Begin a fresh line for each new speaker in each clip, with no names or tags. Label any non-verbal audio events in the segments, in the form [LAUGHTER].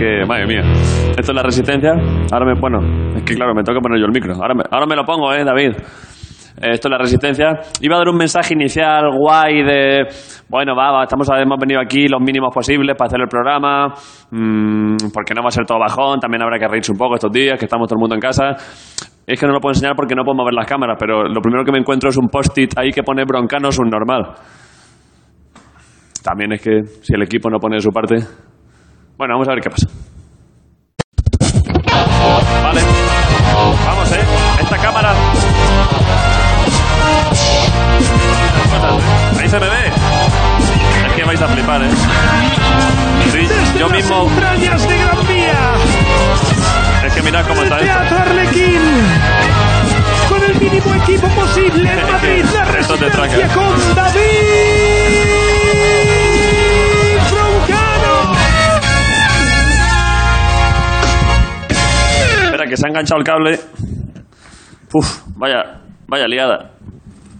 [LAUGHS] madre mía. Esto es la resistencia. Ahora me. Bueno, es que claro, me tengo que poner yo el micro. Ahora me, ahora me lo pongo, ¿eh, David? Eh, Esto es la resistencia. Iba a dar un mensaje inicial guay de. Bueno, va, va, estamos, hemos venido aquí los mínimos posibles para hacer el programa. mm, porque no va a ser todo bajón. También habrá que reírse un poco estos días, que estamos todo el mundo en casa. Es que no lo puedo enseñar porque no puedo mover las cámaras, pero lo primero que me encuentro es un post-it ahí que pone broncano subnormal. También es que si el equipo no pone de su parte. Bueno, vamos a ver qué pasa. Vale. Vamos, eh. Esta cámara. Ahí se me ve. Es que vais a flipar, eh. Sí, yo mismo.
Entrañas de Gran Vía,
Es que mirad cómo está esto.
Teatro Arlequín, con el mínimo equipo posible en Madrid, la
Esto te
resistencia
traca.
con David Broncano.
Espera, que se ha enganchado el cable. Uf, vaya, vaya liada.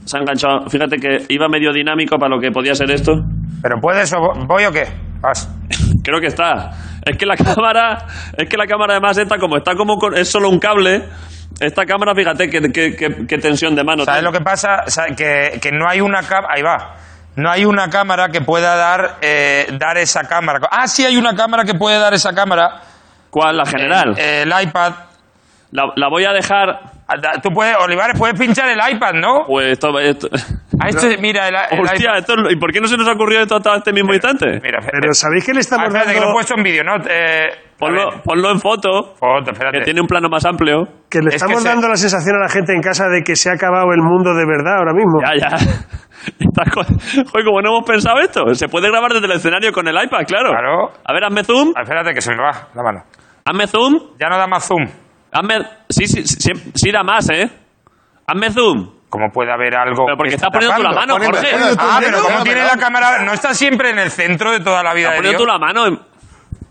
Se ha enganchado. Fíjate que iba medio dinámico para lo que podía ser esto.
¿Pero puedes o vo- voy o qué? Vas.
Creo que está. Es que la [LAUGHS] cámara, es que la cámara además está como, está como, con- es solo un cable. Esta cámara, fíjate qué, qué- qué- qué tensión de mano.
¿Sabes
tiene.
lo que pasa? Sa- Que, que no hay una cámara... Ahí va. No hay una cámara que pueda dar, eh, dar esa cámara. Ah, sí hay una cámara que puede dar esa cámara.
¿Cuál? La general.
Eh, el iPad.
La, la voy a dejar.
Ah, da- Tú puedes, Olivares, puedes pinchar el iPad, ¿no?
Pues esto. esto- [LAUGHS]
Ah, este, mira, el, el
Hostia,
iPad.
esto, ¿y por qué no se nos ha ocurrido esto hasta este mismo instante?
Mira, espérate.
Pero ¿sabéis que le
Ah,
estamos
espérate, que lo he
dando,
puesto en vídeo, ¿no? Eh, a ver.
Ponlo, ponlo en foto,
Foto,
que
espérate.
tiene un plano más amplio.
que le
Es que
estamos
se-
dando la sensación a la gente en casa de que se ha acabado el mundo de verdad ahora mismo?
Ya, [LAUGHS] ya. Estas co- Joder, como no hemos pensado esto. Se puede grabar desde el escenario con el iPad, claro.
Claro.
A ver, hazme zoom.
Ah, espérate, que se me va la mano.
Hazme zoom.
Ya no da más zoom.
Hazme. Sí, sí, sí, sí da más, ¿eh. Hazme zoom.
¿Cómo puede haber algo?
Pero porque
que
estás
está
poniendo tú la
tapando?
mano,
Poneme,
Jorge.
poneme tú.
Ah, pero como
Pero-
tiene la cámara, no está siempre en el centro de toda la vida
Estás
de
poniendo
Dios.
tú la mano. en-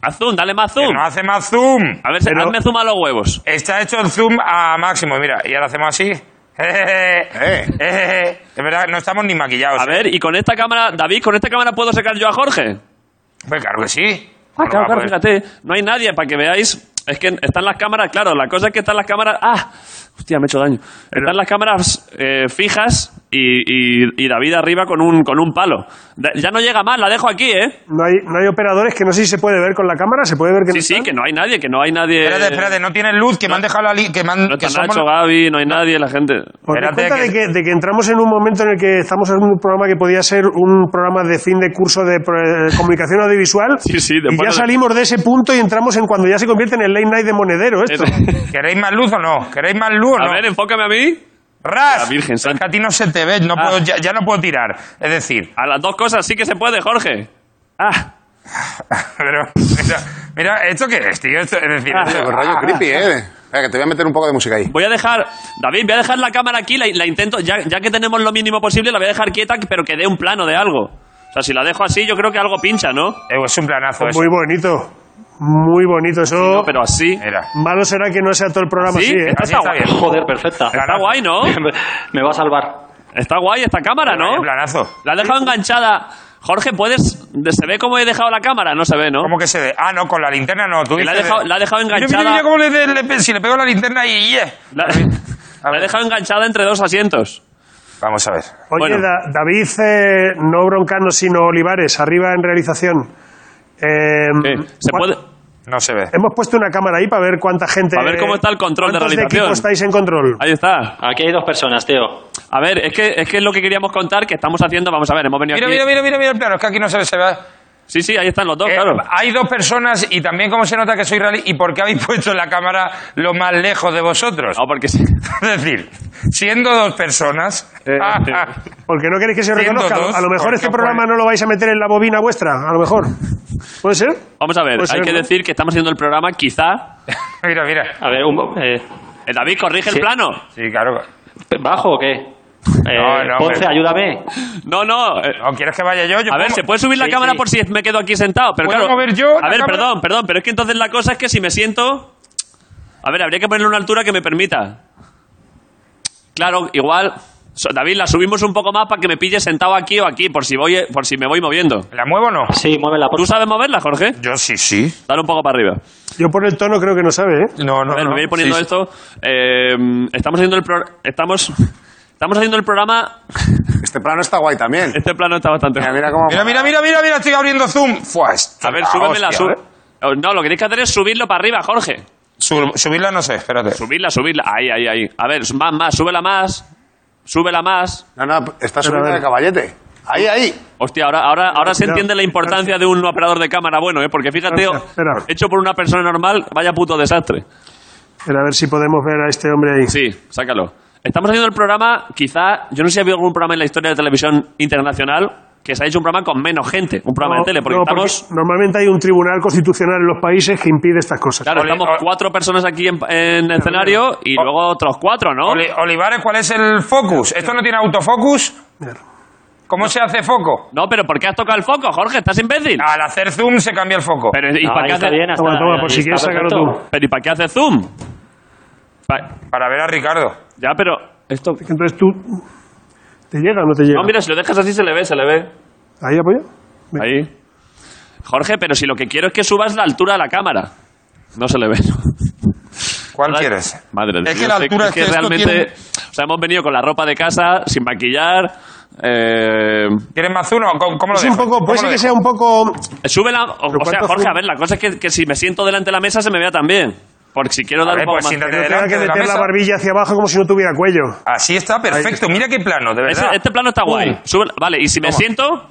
Haz zoom, dale más
Que
zoom.
no hace más zoom.
A ver, se-
Pero-
hazme zoom a los huevos.
Está hecho el zoom a máximo, mira, y ahora hacemos así. [LAUGHS]
Eh.
Es verdad, no estamos ni maquillados.
A
¿eh?
ver, y con esta cámara, David, con esta cámara puedo sacar yo a Jorge.
Pues claro que sí.
Ah, claro,
Bueno,
claro,
pues,
fíjate, no hay nadie para que veáis. Es que están las cámaras, claro, la cosa es que están las cámaras. ¡Ah! Hostia, me he hecho daño. Están las cámaras eh, fijas y, y- y David arriba con un, con un palo. Da- Ya no llega más, la dejo aquí, ¿eh?
No, hay, no hay operadores que no sé si se puede ver con la cámara, se puede ver que
Sí,
no
sí,
están?
que no hay nadie, que no hay nadie.
Espérate, espérate, no tienes luz, que me han dejado la li- que me han-
No
que
está
somos-
Nacho, Gaby, no hay nadie, la gente.
¿Os dais
Espérate
cuenta de,
que-
que, de que entramos en un momento en el que estamos en un programa que podía ser un programa de fin de curso de
[LAUGHS]
pro- eh, comunicación audiovisual?
Sí, sí,
y
después
ya
de-
salimos de ese punto y entramos en cuando ya se convierte en el late night de Monedero esto.
¿Queréis más luz o no? ¿Queréis más luz o
[LAUGHS]
no?
A ver, enfócame a mí.
¡Ras!
La Virgen
Es que
Santa.
a ti no se te ve, no
Ah.
puedo- ya, ya no puedo tirar. Es decir,
A las dos cosas sí que se puede, Jorge. Ah,
[LAUGHS] pero, mira, mira, ¿esto qué es, tío? Esto- es decir, esto-
Con rollo creepy, ¿eh? Venga, que te voy a meter un poco de música ahí.
voy a dejar. David, voy a dejar la cámara aquí, la, la intento. Ya, ya que tenemos lo mínimo posible, la voy a dejar quieta, pero que dé un plano de algo. O sea, si la dejo así, yo creo que algo pincha, ¿no?
Eh, es un planazo eso.
Muy bonito. Muy bonito. Eso.
Pero así.
Mira.
Malo será que no sea todo el programa
Sí,
así, ¿eh?
esta
Así
está,
está
guay.
bien.
Joder, perfecta.
Está guay,
[LAUGHS]
¿no?
Me va a salvar.
Está guay esta cámara,
Vaya
¿no?
planazo.
La he dejado enganchada. Jorge, ¿puedes...? ¿Se ve cómo he dejado la cámara? No se ve, ¿no?
¿Cómo que se ve? Ah, no, con la linterna no. Tú
Que la ha
dices-
dejado- la ha dejado
Mira, Mira,
enganchada.
mira cómo le, le- le pe- si le pego la linterna y... eh. yeah.
La,
A
la he
ver.
dejado enganchada entre dos asientos.
Vamos a ver.
Oye,
Bueno.
Da- David, eh, no Broncano, sino Olivares, arriba en realización. Eh,
Eh, ¿Se
¿cuán-
puede...?
No se ve.
Hemos puesto una cámara ahí para ver cuánta gente.
Para ver cómo está el control de
cuántos
realización.
equipo estáis en control?
Ahí está.
Aquí hay dos personas, Teo.
A ver, es que, es que es lo que queríamos contar, que estamos haciendo... Vamos a ver, hemos venido
Mira,
aquí...
mira, mira, mira, mira el plano. Es que aquí no se ve. Se ve.
Sí, sí, ahí están los dos,
Eh,
claro.
Hay dos personas y también como se nota que soy rally y por qué habéis [LAUGHS] puesto la cámara lo más lejos de vosotros.
No, porque... sí. [LAUGHS]
[LAUGHS] Es decir, siendo dos personas... [LAUGHS]
Eh,
Porque no queréis que se
Siendo
reconozca.
dos,
a lo mejor
porque
este
Juan-
programa no lo vais a meter en la bobina vuestra, a lo mejor. ¿Puede ser?
Vamos a ver,
Pues
hay
es,
que
¿no?
decir que estamos haciendo el programa, quizá...
mira, mira.
A ver, un- eh,
Eh, David, corrige el
Sí.
plano.
Sí, claro.
¿bajo
[LAUGHS]
o qué? Eh,
No, no,
Ponce,
hombre.
ayúdame.
No, no... eh,
¿O quieres que vaya yo? Yo
A ver,
pongo-
se puede subir la
Sí,
cámara
sí.
por si me quedo aquí sentado. Pero
¿Puedo
claro,
mover yo
A
la
ver,
cámara?
perdón, perdón, pero es que entonces la cosa es que si me siento. A ver, habría que ponerle una altura que me permita. Claro, igual. so- David, la subimos un poco más para que me pille sentado aquí o aquí, por si voy, eh, por si me voy moviendo.
¿La muevo o no?
Sí, muévela. por-
¿Tú sabes moverla, Jorge?
Yo sí, sí.
Dale un poco para arriba.
Yo por el tono creo que no sabe, ¿eh?
No, no,
A ver,
no.
me voy a ir poniendo
Sí, sí.
esto. Eh, estamos haciendo el pro- estamos [LAUGHS] estamos haciendo el programa. [LAUGHS]
Este plano está guay también.
Este plano está bastante. [LAUGHS]
Mira, mira cómo.
Mira, mira, mira, mira, mira, estoy abriendo Zoom. Fua, esto
A ver,
es la
súbemela,
hostia,
sub-
¿eh?
Oh, No, lo que tenéis que hacer es subirlo para arriba, Jorge.
Su- subirla no sé, espérate.
Subirla, subirla. Ahí, ahí, ahí. A ver, más, más, súbela más. Súbela más.
No, no, está subiendo
a ver.
de caballete. Ahí, ahí.
Hostia, ahora, ahora, ahora se
Cuidado.
entiende la importancia de un operador de cámara bueno, ¿eh? Porque fíjate,
Espera, espera.
hecho por una persona normal, vaya puto desastre.
Pero a ver si podemos ver a este hombre ahí.
Sí, sácalo. Estamos haciendo el programa, quizá, yo no sé si ha habido algún programa en la historia de televisión internacional que se ha hecho un programa con menos gente, un programa
No,
de tele, porque
no,
estamos,
normalmente hay un tribunal constitucional en los países que impide estas cosas.
claro,
Ole,
estamos
ole.
cuatro personas aquí en, en escenario y luego otros cuatro, ¿no?
Oli- Olivares, ¿cuál es el focus? ¿Esto no tiene autofocus? ¿Cómo se hace foco?
No, pero ¿por qué has tocado el foco, Jorge? ¿Estás imbécil?
Al hacer zoom se cambia el foco.
Pero, ¿y
No,
para
ahí
qué
está
hace-
bien, hasta-
Toma, toma, por
ahí
si
está
quieres, sácalo
perfecto.
tú.
pero ¿y para qué hace zoom? Pa-
Para ver a Ricardo.
ya, pero esto...
Entonces tú. ¿Te llega o no te llega?
No, mira, si lo dejas así se le ve, se le ve.
Ahí apoyo. Venga.
Ahí. Jorge, pero si lo que quiero es que subas la altura de la cámara. No se le ve.
¿Cuál
Madre-
quieres?
Madre de
Es que
Dios,
la altura es que esto
realmente.
tiene-
O sea, hemos venido con la ropa de casa, sin maquillar. eh,
¿Quieres más zoom? o ¿Cómo, cómo lo
Es Pues un
dejo?
poco,
¿Cómo
puede ser
lo
que
dejo?
sea un poco.
sube la. eh, O,
Pero
o sea,
¿cuánto
Jorge,
zoom?
a ver, la cosa es que, que si me siento delante de la mesa se me vea también. Porque si quiero
A
dar un
ver,
poco
pues
más.
siéntate
No tenga
delante
que
de la
meter la,
mesa.
barbilla hacia abajo como si no tuviera cuello.
Así está, perfecto. Mira qué plano, de
Ese-
verdad.
este plano está guay. Sube la- vale, y si me
Toma.
siento.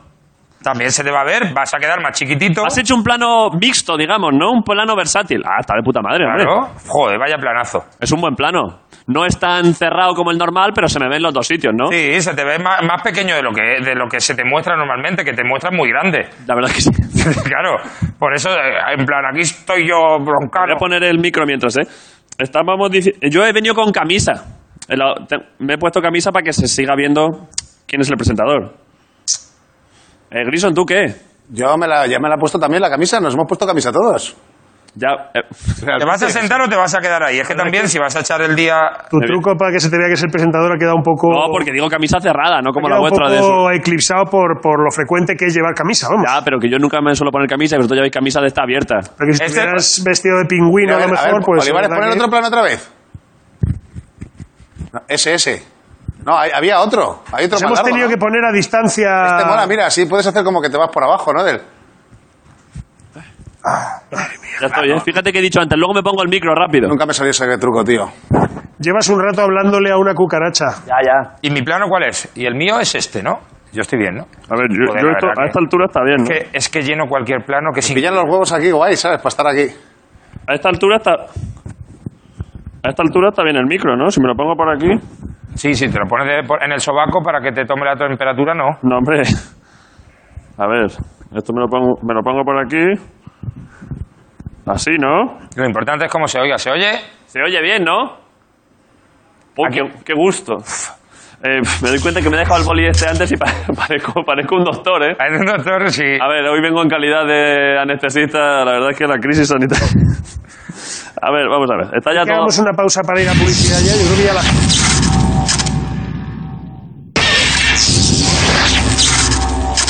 También se te va a ver, vas a quedar más chiquitito.
Has hecho un plano mixto, digamos, ¿no? Un plano versátil. Ah, está de puta madre, hombre.
Claro. Joder, vaya planazo.
Es un buen plano. No es tan cerrado como el normal, pero se me ven los dos sitios, ¿no?
Sí, se te ve más, más pequeño de lo, que, de lo que se te muestra normalmente, que te muestras
[LAUGHS]
muy grande.
La verdad es que sí.
claro, por eso, eh, en plan, aquí estoy
[LAUGHS]
yo
Voy
broncano.
a poner el micro mientras, ¿eh? Estábamos dici- Yo he venido con camisa. El- te- Me he puesto camisa para que se siga viendo quién es el presentador. Eh, Grison, ¿tú qué?
Yo me la, ya me la he puesto también la camisa. Nos hemos puesto camisa todos.
Ya, eh,
¿Te vas a sentar o te vas a quedar ahí? Es que también, si vas a echar el día.
Tu
Muy bien.
truco para que se te vea que es el presentador ha quedado un poco.
no, porque digo camisa cerrada, no
ha
como la
quedado Oh. un
vuestra de eso.
poco eclipsado por, por lo frecuente que es llevar camisa, vamos.
Ya, pero que yo nunca me suelo poner camisa, pero tú ya veis camisa de esta abierta.
Porque si
Este-
estuvieras vestido de pingüino, a, lo mejor, pues.
Olivares,
la
poner
verdad
otro
que-
plano otra vez. No, ese, ese. No, hay- había otro. Hay otro
Nos Pues
más
hemos
largo,
tenido
¿no?
que poner a distancia.
Este mola, mira, así puedes hacer como que te vas por abajo, ¿no? Del...
Ya estoy, ¿eh? Fíjate que he dicho antes, luego me pongo el micro rápido.
Nunca me salió ese truco, tío.
Llevas un rato hablándole a una cucaracha.
Ya, ya.
¿Y mi plano cuál es? Y el mío es este, ¿no? Yo estoy bien, ¿no?
A ver, yo,
Joder,
yo
la
esto-
verdad
a
que-
esta altura está bien, ¿no?
Es que, es que lleno cualquier plano que sin.
Pillan los huevos aquí, guay, ¿sabes? Para estar aquí.
A esta altura está... A esta altura está bien el micro, ¿no? Si me lo pongo por aquí...
Sí, sí, te lo pones de- por- en el sobaco para que te tome la temperatura, no.
No, hombre. [LAUGHS] A ver, esto me lo pongo, me lo pongo por aquí. Así, ¿no?
Lo importante es cómo se oiga. ¿Se oye?
Se oye bien, ¿no? Uy,
Aquí.
qué, qué gusto. [LAUGHS] Eh, me doy cuenta que me he dejado el boli este antes y [LAUGHS] pa- parezco, parezco un doctor, ¿eh?
Hay un doctor, sí.
A ver, hoy vengo en calidad de anestesista. La verdad es que la crisis sanitaria... [LAUGHS] A ver, vamos a ver. Está ya
Que
todo...
hagamos una pausa para ir a publicidad ya. Yo creo que ya la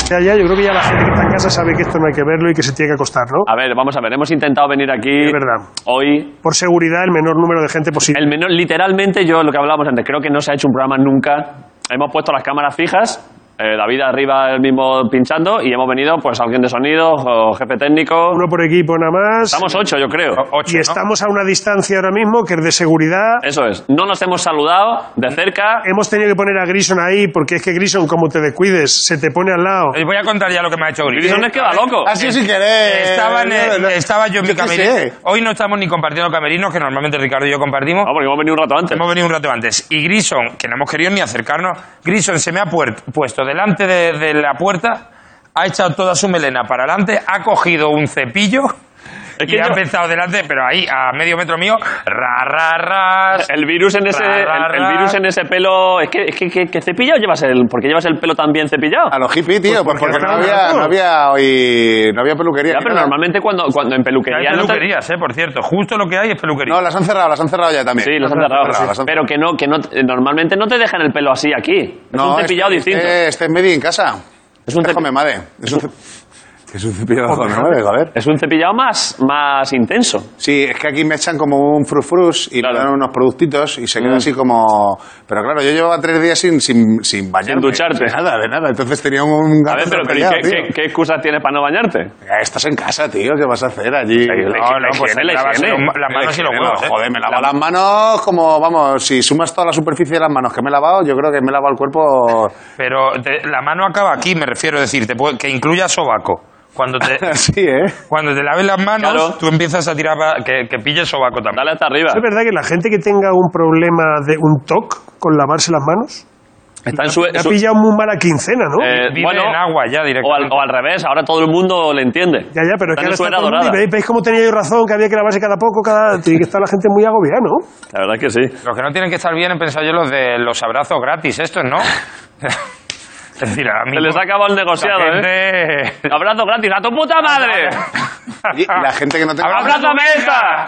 Ya, ya, yo creo que ya la gente que está en casa sabe que esto no hay que verlo y que se tiene que acostar, ¿no?
A ver, vamos a ver. Hemos intentado venir aquí...
Es verdad.
Hoy
Por seguridad, el menor número de gente posible.
El menor, literalmente, yo lo que hablábamos antes, creo que no se ha hecho un programa nunca. Hemos puesto las cámaras fijas, eh, David arriba el mismo pinchando, y hemos venido, pues, alguien de sonido, o jefe técnico.
Uno por equipo nada más.
Estamos ocho, yo creo.
O- ocho,
y
¿no?
estamos a una distancia ahora mismo que es de seguridad.
Eso es. No nos hemos saludado de cerca.
Hemos tenido que poner a Grison ahí porque es que Grison, como te descuides, se te pone al lado.
Os voy a contar ya lo que me ha hecho Gris.
Grison es que va loco.
Eh,
Así si querés.
Estaba, en el- estaba yo en mi
qué
camerino.
sé.
Hoy no estamos ni compartiendo camerinos, que normalmente Ricardo y yo compartimos.
Ah, porque hemos venido un rato antes.
Hemos venido un rato antes. Y Grison, que no hemos querido ni acercarnos, Grison se me ha puer- puesto delante de, de la puerta, ha echado toda su melena para adelante, ha cogido un cepillo
Es
y
que
ha
yo-
empezado delante, pero ahí, a medio metro mío, ra, ra, ra.
El virus en ese,
Ra, ra,
el, el
ra.
virus en ese pelo... Es que, es que, que- que cepillado llevas el... ¿Por qué llevas el pelo tan bien cepillado?
A los hippies, tío, pues porque, no, había, no había hoy. No había peluquería.
Ya, pero
Nada.
normalmente cuando, cuando en
Hay
peluquería... no te-
peluquerías, eh, por cierto. Justo lo que hay es peluquería.
No, las han cerrado, las han cerrado ya también.
Sí, los han cerrado.
Las han-
Pero que no, que no, eh, normalmente no te dejan el pelo así aquí. Es un cepillado
este,
distinto.
Este, este es Medi en casa.
Es un
Déjame,
cepi-
madre. Es un ce- Que es un cepillo de los nueve, joder.
Es un cepillado más, más intenso.
Sí, es que aquí me echan como un frufrus y
Claro. Mm.
me dan unos productitos y se queda así como... Pero claro, yo llevaba tres días sin, sin, sin bañarme.
ducharte.
De nada, de nada. Entonces tenía un gato
A ver, pero, pero ¿y
atropellado,
¿qué,
tío.
qué, qué excusas tienes para no bañarte?
Eh, Estás en casa, tío. ¿Qué vas a hacer allí? pues
la- la higiene, la
lavarse
higiene.
los- pues las manos y los
Eh,
huevos.
no,
¿eh?
Joder, me lavo las manos como, vamos, si sumas toda la superficie de las manos que me he lavado, yo creo que me he lavado el cuerpo...
Pero te- la mano acaba aquí, me refiero a decirte, que incluya sobaco. Cuando te,
[LAUGHS]
[LAUGHS]
sí, ¿eh?
cuando te laves las manos,
Claro.
tú empiezas a tirar pa- que, que pille sobaco también.
Dale hasta arriba.
¿Es verdad que la gente que tenga un problema de un TOC con lavarse las manos?
Está en su,
Le ha
su-
pillado muy mala quincena, ¿no?
Eh,
Vive
bueno,
en agua ya
o, al,
directamente.
o al revés, ahora todo el mundo le entiende.
ya, ya, pero
está
es que
en
ahora
su
está
era
todo el mundo y
dorada.
veis, veis cómo tenía yo razón, que había que lavarse cada poco, cada... Tiene que estar la gente muy agobiada, ¿no?
La verdad es que sí.
Los que no tienen que estar bien, he pensado yo, los de los abrazos gratis, estos, ¿no? [LAUGHS] es decir, a mí...
Se les ha acabado el negociado, ¿eh? Abrazo gratis, ¡a tu puta madre! [LAUGHS]
Y la gente que no tiene
¡Abrázame esta!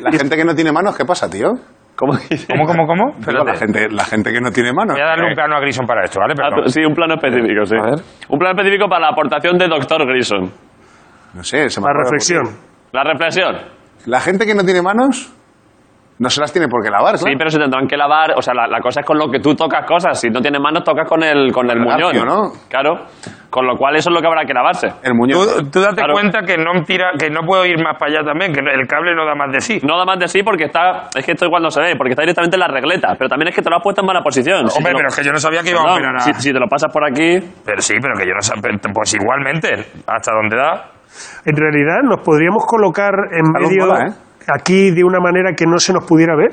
la gente que no tiene manos, ¿qué pasa, tío?
¿Cómo dice?
¿Cómo,
[LAUGHS]
cómo, cómo?
Digo,
Espérate.
la gente, la gente que no tiene manos.
Voy a darle un plano a Grison para esto, ¿vale?
Ah,
Perdón.
Sí, un plano específico, sí.
A ver.
Un plano específico para la aportación de Dr. Grison.
No sé, se me
La
acaba de
reflexión.
La reflexión.
ocurrir. La gente que no tiene manos no se las tiene por qué lavar,
Sí,
claro.
pero se tendrán que lavar. O sea, la, la cosa es con lo que tú tocas cosas. Si no tienes manos, tocas con el, con el
El
muñón.
ratio, ¿no?
Claro. Con lo cual, eso es lo que habrá que lavarse.
El muñón.
Tú, tú date
Claro.
cuenta que no, tira, que no puedo ir más para allá también, que no- el cable no da más de sí.
No da más de sí porque está. Es que esto igual no se ve, porque está directamente en la regleta. Pero también es que te lo has puesto en mala posición. Si te
Hombre,
lo-
pero es que yo no sabía que iba a
Perdón,
operar a...
si, si te lo pasas por aquí.
Pero sí, pero que yo no sabía... Pues igualmente, hasta donde da...
En realidad, nos podríamos colocar en
Algo
medio,
mola, ¿eh?
aquí, de una manera que no se nos pudiera ver.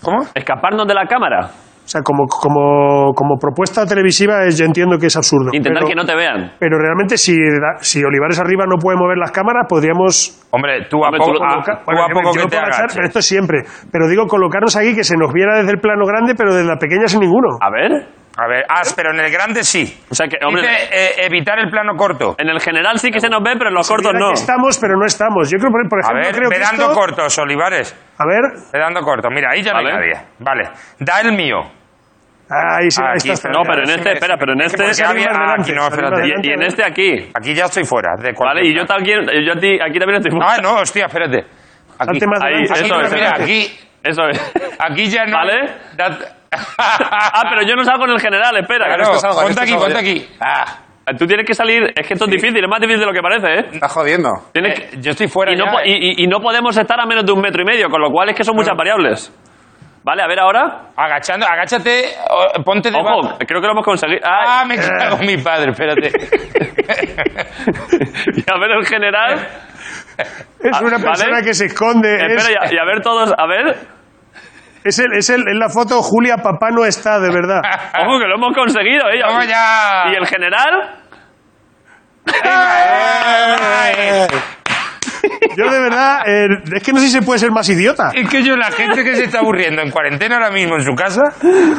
¿Cómo?
Escaparnos de la cámara.
O sea, como, como, como propuesta televisiva, es- yo entiendo que es absurdo.
Intentar
pero,
que no te vean.
Pero realmente, si, da- si Olivares arriba no puede mover las cámaras, podríamos
Hombre, tú a
Hombre,
poco,
tú lo-
a-
Coloca-
tú
Bueno,
a
yo-
poco
yo
que
lo
te
puedo echar,
agaches.
pero esto siempre. Pero digo, colocarnos aquí que se nos viera desde el plano grande, pero desde la pequeña sin ninguno.
A ver.
A ver, ah, pero en el grande sí.
O sea que, hombre,
Dice eh, evitar el plano corto.
en el general sí que se nos ve, pero en los
Se
cortos
viera
no.
que estamos, pero no estamos. Yo creo, por por
A
ejemplo,
ver,
creo que
vedando
esto-
cortos, Olivares.
A ver,
Vedando cortos. Mira, ahí ya no hay
Vale.
nadie. Vale. Da el mío. Ah,
ahí, sí, ahí
Aquí
está.
está.
No, pero en este, espera, pero en este.
Porque había-
más
ah,
delante,
aquí no,
salir más
espérate.
delante.
Y, y en este aquí.
Aquí ya estoy fuera. De cualquier
Vale, y yo
plano.
también, yo a ti- aquí también estoy.
Ah, no, hostia, espérate. Aquí,
Salte más
Ahí,
delante,
eso
salte
es,
más
mira,
delante.
aquí,
Eso es.
aquí ya no.
¿Vale?
Da- [LAUGHS]
Ah, pero yo no salgo en el general, espera.
Claro,
que no-
salgo,
ponte
esto
aquí,
salgo
ponte
yo.
aquí.
Ah,
Tú tienes que salir, es que esto es difícil, es más difícil de lo que parece, ¿eh?
estás jodiendo.
Tienes
Eh,
que-
yo estoy fuera.
y, no,
ya,
po-
eh.
y- y- y no podemos estar a menos de un metro y medio, con lo cual es que son muchas variables. Vale, a ver ahora.
Agachando, agáchate, o- ponte debajo.
Ojo, creo que lo hemos conseguido.
Ah,
Ah,
me cago en mi padre, espérate.
[LAUGHS] y a ver el general. Ah,
Es una
¿vale?
persona que se esconde. Es,
Espera, y a, y a ver todos, a ver.
es el- es el- es la foto Julia Papá no está, de verdad.
[LAUGHS] Ojo, que lo hemos conseguido, ¿eh?
Vamos Ah. ya.
Y el general.
Yo, de verdad, eh, es que no sé si se puede ser más idiota.
Es que yo, la gente que se está aburriendo en cuarentena ahora mismo en su casa,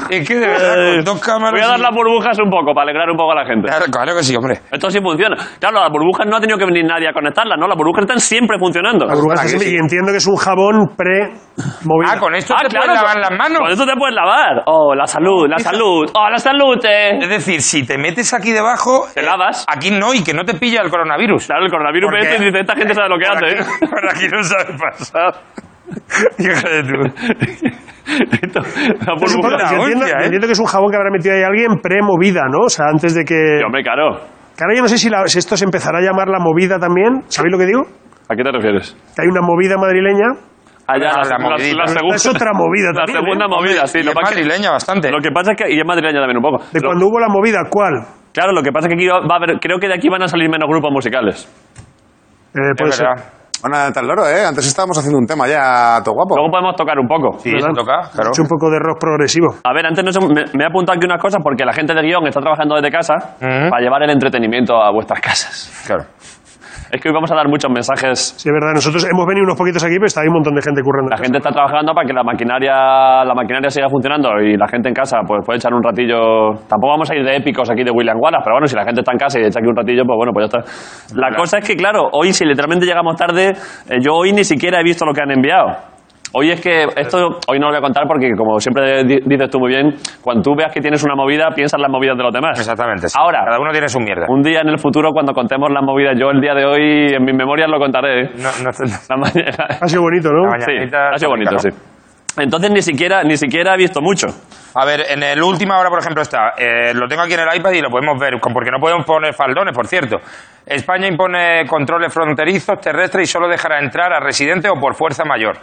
es que de verdad, con dos cámaras.
Voy a dar
y-
las burbujas un poco para alegrar un poco a la gente.
Claro, claro que sí, hombre.
Esto sí funciona. Claro, las burbujas no ha tenido que venir nadie a conectarlas, ¿no? Las burbujas están siempre funcionando.
La burbuja está siempre- y entiendo que es un jabón pre-movido.
Ah, con esto te
claro,
puedes lavar las
Con
manos.
esto te puedes lavar. Oh, la salud, la salud. Oh, la salud, eh.
Es decir, si te metes aquí debajo.
Te
eh,
lavas.
Aquí no, y que no te pilla el coronavirus.
Claro, el coronavirus ve
¿Por
esto
qué?
y dice, esta gente sabe lo que
Por
hace,
aquí,
¿eh?
[LAUGHS] por aquí no sabe pasar. [LAUGHS] Hija de tú.
Esto, la
Yo supongo-
burbuja.
yo entiendo,
hostia,
yo
¿eh?
entiendo que es un jabón que habrá metido ahí alguien pre-movida, ¿no? O sea, antes de que...
Sí, [LAUGHS] hombre, claro.
Que ahora yo no sé si, la- si esto se empezará a llamar la movida también. ¿Sabéis lo que digo?
¿A qué te refieres?
Que hay una movida madrileña.
Allá,
Ah,
la, la-
la movidita.
la segunda,
Es otra movida
[LAUGHS] La
también,
segunda
¿eh?
movida, sí.
Y
Lo,
es
pa- que-
madrileña bastante.
lo que pasa es que... Y es madrileña también un poco.
De
Lo-
cuando hubo la movida, ¿cuál?
Claro, lo que pasa es que aquí va a haber- creo que de aquí van a salir menos grupos musicales.
Eh, puede
Es
ser.
verdad.
Bueno, nada tal loro, ¿eh? Antes estábamos haciendo un tema ya, todo guapo.
Luego podemos tocar un poco.
Oh. Sí, se toca, claro.
He hecho un poco de rock progresivo.
A ver, antes no sé, me, me he apuntado aquí unas cosas porque la gente de guión está trabajando desde casa
Ujú.
para llevar el entretenimiento a vuestras casas.
Claro.
Es que hoy vamos a dar muchos mensajes.
Sí, es verdad. Nosotros hemos venido unos poquitos aquí, pero está ahí un montón de gente currando.
La gente está trabajando para que la maquinaria, la maquinaria siga funcionando y la gente en casa pues puede echar un ratillo. Tampoco vamos a ir de épicos aquí de William Wallace, pero bueno, si la gente está en casa y echa aquí un ratillo, pues bueno, pues ya está. La cosa es que, claro, hoy si literalmente llegamos tarde, eh, yo hoy ni siquiera he visto lo que han enviado. Hoy es que esto, hoy no lo voy a contar porque, como siempre di- dices tú muy bien, cuando tú veas que tienes una movida, piensas las movidas de los demás.
Exactamente. sí.
Ahora.
Cada uno tiene su mierda.
Un día en el futuro, cuando contemos las movidas, yo el día de hoy, en mis memorias lo contaré. ¿eh?
No, no, no-
La mañana-
Ha sido bonito, ¿no?
La mañana.
Sí,
Mañanita
ha sido bonito, sí.
tónica,
Entonces ni siquiera, ni siquiera he visto mucho.
A ver, en el última hora, por ejemplo, está. eh, lo tengo aquí en el iPad y lo podemos ver, con- porque no podemos poner faldones, por cierto. España impone controles fronterizos terrestres y solo dejará entrar a residentes o por fuerza mayor.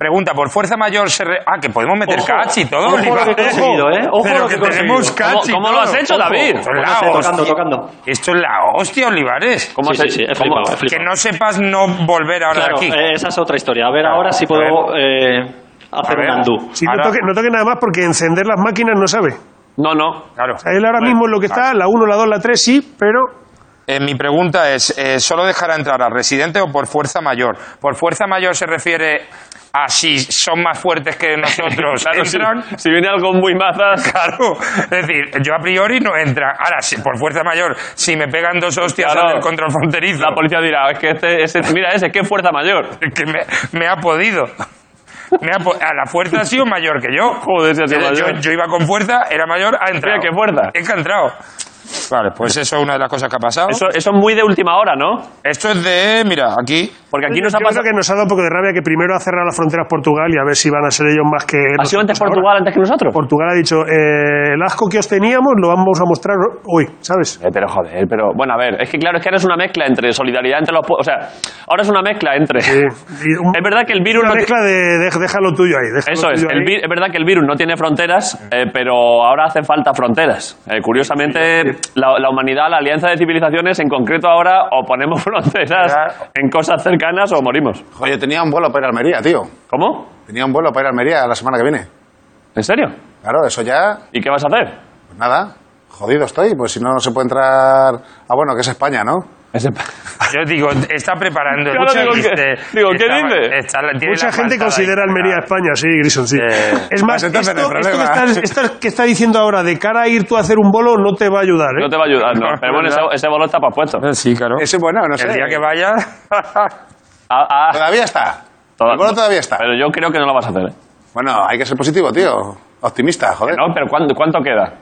Pregunta, ¿por fuerza mayor se... re- Ah, que podemos meter
Ojo.
catch y todo.
Ojo lo
Oliva.
que he conseguido, ¿eh? Ojo
Pero
lo que he conseguido.
tenemos catch
¿Cómo,
y
cómo lo
todo.
has hecho,
Ojo.
David?
Esto es la
Estoy tocando,
hostia.
tocando.
Esto es la hostia, Olivares.
¿Cómo
Sí, sí,
se-
sí, he
cómo-
flipado, he flipado.
Que no sepas no volver ahora
Claro,
de aquí.
eh, esa es otra historia. A ver,
Claro,
ahora sí
a
puedo eh, hacer
A
un
ver.
andú.
Sí, no
Ahora-
toque, no toque nada más porque encender las máquinas no sabe.
No, no.
Claro.
O sea, él ahora
Bueno,
mismo es lo que
vale.
está, la 1, la 2, la 3 sí, pero
Eh, mi pregunta es, eh, ¿solo dejará entrar a residente o por fuerza mayor? ¿Por fuerza mayor se refiere a si son más fuertes que [LAUGHS] nosotros?
Claro, si,
¿Entran?
si viene algo muy mazas,
Claro, es decir, yo a priori no entra. Ahora, si- por fuerza mayor, si me pegan dos hostias
Claro.
en el control fronterizo,
la policía dirá, es que este, ese- mira ese, qué fuerza mayor.
[LAUGHS] que me, me ha podido. Me ha po- a la fuerza ha sido mayor que yo.
Joder, si ha sido
Eh, yo,
mayor.
yo iba con fuerza, era mayor, ha entrado.
Mira, qué fuerza.
Es que ha entrado. Vale, pues eso es una de las cosas que ha pasado.
Eso, eso es muy de última hora, ¿no?
Esto es de, mira, aquí,
Porque aquí
yo
nos ha
creo
pasado...
que nos ha dado un poco de rabia que primero ha cerrado las fronteras Portugal y a ver si van a ser ellos más que...
¿Ha sido
nosotros
antes
ahora.
Portugal antes que nosotros?
Portugal ha dicho, eh, el asco que os teníamos lo vamos a mostrar hoy, ¿sabes?
Eh, pero joder, pero bueno, a ver, es que claro, es que ahora es una mezcla entre solidaridad entre los pueblos, o sea, ahora es una mezcla entre...
Eh, y un-
Es verdad que el virus no
una
ti-
mezcla de, de- déjalo tuyo ahí. déjalo
Eso es,
tuyo
el
ahí.
vi- es verdad que el virus no tiene fronteras, eh, pero ahora hacen falta fronteras. Eh, curiosamente, la, la humanidad, la alianza de civilizaciones, en concreto ahora, o ponemos [LAUGHS] fronteras
Claro.
en cosas cercanas o morimos.
Oye, tenía un vuelo para ir a Almería, tío.
¿Cómo?
Tenía un vuelo para ir a Almería la semana que viene.
¿En serio?
Claro, eso ya,
¿Y qué vas a hacer?
pues nada, jodido estoy. Pues si no, no se puede entrar... Ah, bueno, que es España, ¿no?
Yo digo, está preparando el
Claro,
mucho
digo,
chiste.
¿qué- digo, ¿qué
Está-
dice?
está- tiene
Mucha
la
gente
faltada
considera
ahí.
Almería España, sí, Grison, sí.
Eh,
es más,
pues
esto,
entonces no hay
esto que,
problema.
estás, esto que está diciendo ahora de cara a ir tú a hacer un bolo no te va a ayudar, ¿eh?
No te va a ayudar,
[LAUGHS]
no. Pero bueno, ese, ese bolo está para puesto.
Ah, Sí, claro.
Ese, bueno, no sé.
el día que vaya.
Ah, ah,
Todavía está.
toda-
el vuelo todavía está.
Pero yo creo que no lo vas a hacer. ¿eh?
Bueno, hay que ser positivo, tío. Optimista, joder.
No, pero ¿cuánto, cuánto queda?